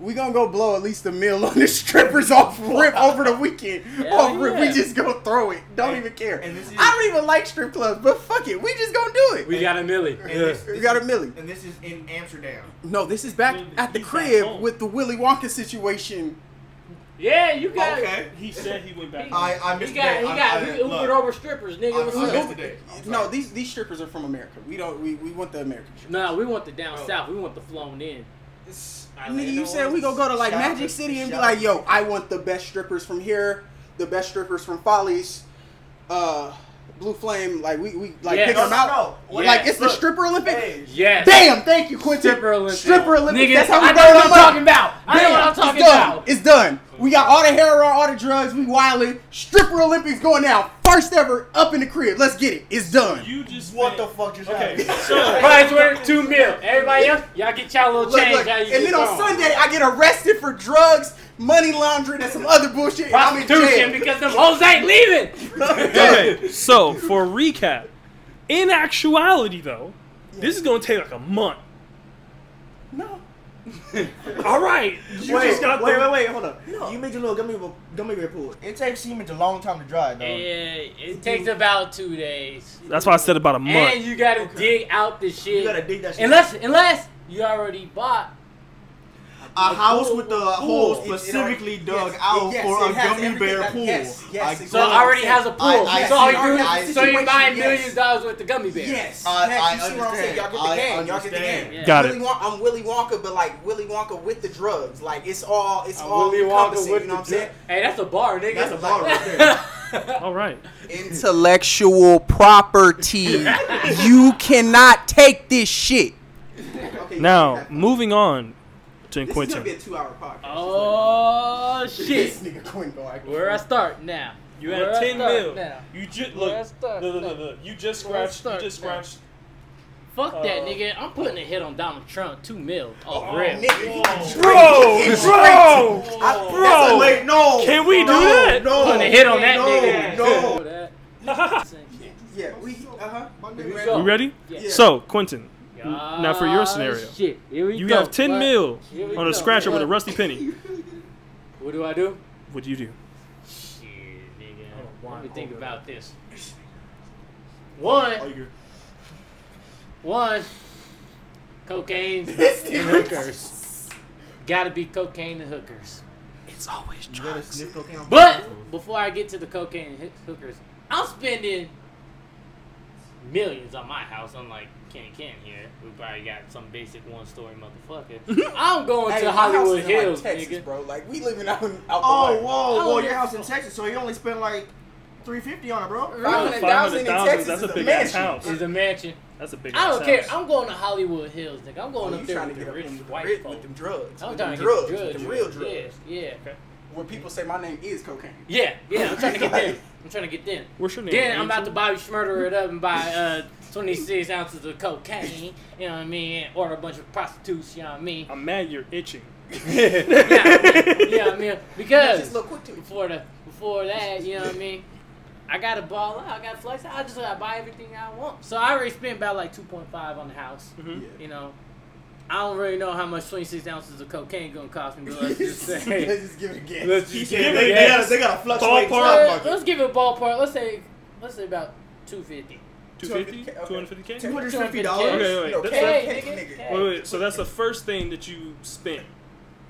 S4: We gonna go blow at least a meal on the strippers off rip over the weekend.
S3: Hell
S4: Off rip, we
S3: yeah.
S4: just gonna throw it. Don't even care.
S7: and this is-
S4: I don't even like strip clubs, but fuck it, we just gonna do it. We,
S3: We got a millie.
S7: And this- this
S4: got a
S7: is-
S4: millie.
S7: And this is in Amsterdam.
S4: No, this is back
S2: Well,
S4: at the
S2: he's back
S4: crib
S2: home.
S4: with the Willy Wonka situation.
S3: Yeah, you got.
S7: Okay.
S2: He said he went back.
S7: I I
S3: He
S7: missed
S3: got.
S7: that.
S3: He
S7: I-
S3: got.
S7: I-
S3: He Ubered
S7: look,
S3: over strippers,
S7: I
S3: nigga.
S7: missed
S4: Ubered
S3: What's
S7: that
S3: up?
S7: today. I'm
S4: No,
S7: sorry.
S4: these these strippers are from America. We don't. We, we want the American strippers.
S3: Nah, we want the down
S7: Oh.
S3: south. We want the flown in.
S6: This-
S4: Nigga,
S6: Orlando
S4: you said we gonna go to like
S7: Shout out
S4: Magic
S7: to-
S4: City and be
S7: shout
S4: like,
S7: out
S4: yo, I want the best strippers from here, the best strippers from Follies, uh, Blue Flame. Like we we like
S3: Yes.
S4: pick
S7: No,
S4: them
S7: no,
S4: out.
S7: no. What-
S4: Like it's the
S7: Look,
S4: stripper Olympic.
S7: hey,
S3: Yes.
S4: Damn, thank you, Quentin.
S3: Stripper Olympics.
S4: Stripper Olympics.
S3: Nigga,
S4: That's how we
S3: I know
S4: burn
S3: what I'm
S4: our money.
S3: talking about. I know
S4: Damn,
S3: what I'm talking
S4: it's done.
S3: about.
S4: It's done. We got all the hair on, all the drugs. We wildin'. Stripper Olympics going down. First ever up in the crib. Let's get it. It's done.
S2: you just
S7: What the
S2: spent-
S7: fuck just
S2: Okay,
S7: happened?
S2: so
S3: Price worth two mil. Everybody else, y'all get y'all little
S4: Look,
S3: change.
S4: look,
S3: how you
S4: and
S3: get
S4: then on
S3: gone.
S4: Sunday I get arrested for drugs, money laundering, and some other bullshit. and I'm in
S3: prostitution
S4: jail.
S3: because them hoes ain't leaving.
S2: okay, so for recap, in actuality though, this is gonna take like a month.
S4: No.
S2: All right, you
S7: wait,
S2: just got
S7: wait,
S2: the-
S7: wait, wait, hold up. You made your little gummy gummy bear pool. It takes semen a long time to dry, dog.
S3: It takes about two days,
S2: That's why I said about a
S3: and
S2: month.
S3: you gotta dig out the shit.
S7: You gotta dig that shit.
S3: unless, unless you already bought.
S7: a house with the
S4: pool.
S7: hole
S4: It- it
S7: specifically
S4: already-
S7: dug
S4: yes,
S7: out
S4: it- yes,
S7: for
S4: it
S7: a
S4: has
S7: gummy
S4: everything
S7: bear
S4: that-
S7: pool.
S4: yes, yes,
S7: I-
S3: So it already has a pool.
S7: I- I
S3: so all
S7: see.
S3: you do,
S7: I-
S3: so you
S4: situation,
S3: buying
S4: yes.
S3: millions of dollars worth of gummy bears.
S4: Yes.
S7: I-
S4: yes,
S7: I
S4: you see what I'm saying? Y'all get the
S7: understand.
S4: game. Y'all
S7: I
S4: get the
S7: understand.
S4: game.
S3: Yeah.
S2: Got
S4: Willy
S2: it.
S4: Won- I'm Willy Wonka, but like Willy Wonka with the drugs. Like it's all it's
S3: I
S4: all
S3: Willy Wonka
S4: encompassing.
S3: with
S4: You know
S3: the
S4: what I'm saying?
S3: drip. Hey, that's a bar, nigga.
S7: That's a bar right there.
S2: All right,
S4: Intellectual property. you cannot take this shit. Okay,
S2: now moving on to
S4: This is gonna be
S2: Quentin.
S4: a two-hour podcast.
S3: Oh
S4: This
S3: shit!
S4: nigga Quinn go like
S3: Where I start now?
S2: You had
S3: Where I
S2: ten
S3: start
S2: mil.
S3: now?
S2: You just
S3: Where I
S2: look. Look,
S3: start
S2: look, look,
S3: now?
S2: look. You just
S3: Where I
S2: scratched. You
S3: start
S2: just
S3: now?
S2: scratched.
S3: Fuck that,
S2: Uh,
S3: nigga. I'm putting a hit on Donald Trump. Two mil. Oh, real.
S4: Nigga,
S2: Bro,
S4: It's
S2: bro,
S4: That's a
S2: bro.
S7: Wait, no.
S2: Can we do that?
S7: No.
S3: Putting a hit on that
S7: no,
S3: nigga.
S7: No.
S3: That-
S4: Yeah, we uh huh.
S2: We ready?
S3: Yeah.
S2: So Quentin, now for your scenario.
S3: Shit. Here we
S2: You
S3: go.
S2: have ten
S3: What?
S2: mil
S3: Here we
S2: on a
S3: go.
S2: scratcher with a
S3: What?
S2: rusty penny.
S3: What do I do?
S2: What do you do?
S3: Shit, nigga.
S2: Oh,
S3: Let me
S2: wow.
S3: think about this. One, one, cocaine and hookers. Gotta be cocaine and hookers.
S2: It's always
S7: You gotta sniff cocaine on
S3: But
S7: people.
S3: before I get to the cocaine and hoo- hookers, I'm spending millions on my house. Unlike Ken Ken here, we probably got some basic one story motherfucker. I'm going
S4: Hey,
S3: to
S4: my house
S3: Hollywood
S4: is in,
S3: Hills,
S4: like, Texas,
S3: nigga.
S4: bro. Like we living out in out
S7: Oh,
S4: the
S7: whoa,
S3: Oh,
S7: whoa,
S3: yeah.
S7: your house in Texas, so you only spent like 350 on it, bro.
S4: Five hundred thousand in
S2: 500,000,
S4: Texas
S2: that's
S4: is
S2: a
S4: a
S2: big ass
S4: mansion.
S2: house.
S3: Is a mansion.
S2: That's a big.
S3: I don't
S2: ass
S3: care.
S2: house.
S3: I'm going to Hollywood Hills, nigga. I'm going
S4: Oh,
S3: up
S4: you
S3: there
S4: trying
S3: with
S4: to get
S3: the
S4: up
S3: rich
S4: in with the
S3: white
S4: rich-
S3: folk.
S4: with them drugs,
S3: I'm
S4: with them
S3: trying to get
S4: drugs,
S3: the
S4: with
S3: drugs.
S4: them real drugs.
S3: Yeah, yeah,
S4: Where people say my name is cocaine.
S3: yeah, yeah. I'm trying to get them. I'm trying to get them.
S2: What's your name?
S3: Then I'm about to
S2: Angel?
S3: Bobby Schmurder it up and buy uh, 26 ounces of cocaine, you know what I mean? and Order a bunch of prostitutes, you know what I mean?
S2: I'm mad you're itching.
S3: yeah, yeah, I mean,
S4: Just
S3: because
S4: look quick to it.
S3: before the before that, you know what I mean? I got to ball out, I got to flex out, I just gotta buy everything I want. So I already spent about like 2.5 on the house,
S2: Mhm.
S3: you know. I don't really know how much 26 ounces of cocaine gonna cost me, but let's just
S4: Let's
S3: say.
S4: just give it a guess.
S3: let's
S5: He
S3: just
S5: said
S3: give
S5: they,
S3: it a
S5: they,
S3: guess.
S5: gotta, they gotta fluctuate.
S2: Ballpark.
S5: stock
S3: Let-
S5: market.
S3: Let's give it a ballpark. Let's say, let's say about 250.
S2: 250?
S4: 250,
S2: 250k?
S4: Two
S2: Wait,
S4: hundred fifty
S3: Okay,
S4: dollars.
S2: wait, wait.
S3: Hey, nigga.
S4: nigga.
S3: Hey.
S2: wait, so that's the first thing that you spent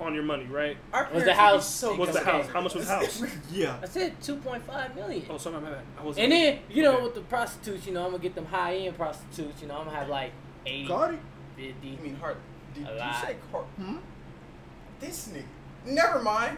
S2: on your money, right?
S4: Our
S3: Was
S4: parents
S3: the
S4: would be
S3: house?
S4: so
S2: What's the
S4: fucking
S2: house? How much was the house?
S5: Yeah.
S3: I said 2.5 million.
S2: Oh, sorry, my bad. I was
S3: And then, you know,
S2: Okay.
S3: with the prostitutes, you know, I'm gonna get them high end prostitutes, you know, I'm gonna have like 80,
S5: Cardi.
S3: 50.
S4: You mean Hart? Did
S3: A
S4: you
S3: lot.
S4: say Hart? Hmm? This nigga. Never mind.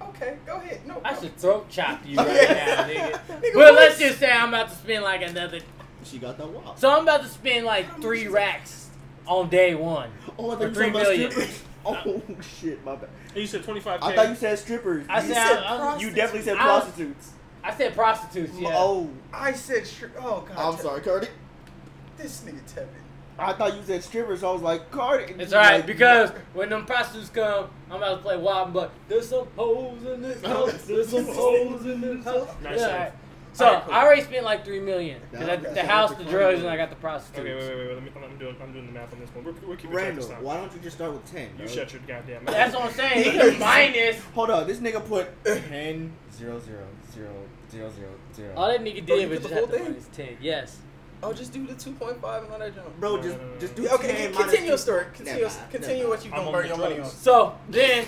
S4: Okay, go ahead. No.
S3: I
S4: no.
S3: should throat chop you right now, nigga.
S4: Nigga,
S3: But
S4: what?
S3: let's just say I'm about to spend like another.
S5: She got that wop.
S3: So I'm about to spend like three racks on day one.
S5: Oh, I
S3: For
S5: thought
S3: three
S5: you said about
S3: million.
S5: strippers. Oh shit, my bad.
S2: And you said 25k.
S5: I thought you said strippers.
S3: I
S5: You
S3: said,
S5: said-
S3: I- I-
S5: you definitely said
S3: I-
S5: prostitutes.
S3: I said prostitutes, yeah.
S5: Oh,
S4: I said. Sh- oh God.
S5: I'm
S4: Tevin.
S5: sorry, Cardi.
S4: This nigga Tevin.
S5: I thought you said strippers. I was like, Cardi.
S3: It's alright because when them prostitutes come, I'm about to play wild, but there's some hoes in this house. There's some hoes in this house.
S2: Nice
S3: Yeah,
S2: save.
S3: alright. So
S2: Alright, cool.
S3: I already spent like three million. 'Cause I-
S5: Okay.
S3: the house, the drugs, and I got the prostitutes.
S2: Okay, wait, wait, wait. wait. Let me, I'm, I'm doing, I'm doing the math on this one. We're, we're keeping
S5: Randall,
S2: track this time.
S5: why don't you just start with ten?
S2: You
S5: bro?
S2: shut your goddamn mouth.
S3: That's what I'm saying. He could minus.
S5: Hold on, this nigga put ten zero zero zero zero zero zero.
S3: All that nigga
S4: Oh, you
S3: did was
S4: did the
S3: just have
S4: whole
S3: to
S4: thing?
S3: minus ten. Yes.
S4: Oh, just do the two point five and all that jump.
S5: Bro, just just do
S4: Yeah, okay,
S5: 10
S4: con-
S5: minus
S4: continue your
S5: two.
S4: story. Continue,
S5: Never mind,
S4: continue
S5: never
S4: what you
S2: I'm
S4: gonna
S2: on
S4: burn
S2: the
S4: your money on.
S2: drugs.
S3: So then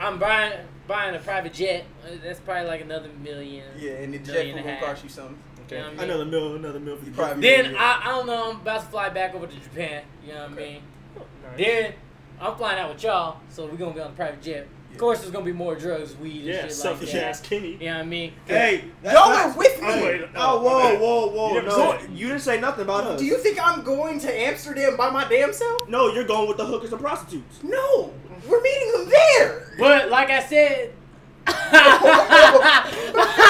S3: I'm buying buying a private jet. Uh, That's probably like another million.
S4: Yeah, and the jet
S3: Million
S4: food
S3: and a
S4: gonna
S3: half.
S4: cost you something.
S2: Okay.
S3: You know what I mean?
S5: Another mill, another mill for you.
S4: Private.
S3: Then I, I don't know. I'm about to fly back over to Japan. You know what I mean?
S2: Nice.
S3: Then I'm flying out with y'all, so we're gonna be on the private jet. Of course, there's gonna be more drugs, weed, and
S2: yeah,
S3: shit
S2: selfish
S3: like that.
S2: ass Kenny.
S3: You know what I mean?
S5: Hey,
S4: Y'all went with
S2: I'm
S4: me.
S2: waiting.
S5: Oh,
S2: my
S5: whoa,
S2: bad.
S5: whoa, whoa!
S2: You never
S5: no,
S2: said-
S5: you didn't say nothing about us.
S4: Do you think I'm going to Amsterdam by my damn self?
S5: No, you're going with the hookers and prostitutes.
S4: No, we're meeting them there.
S3: But like I said,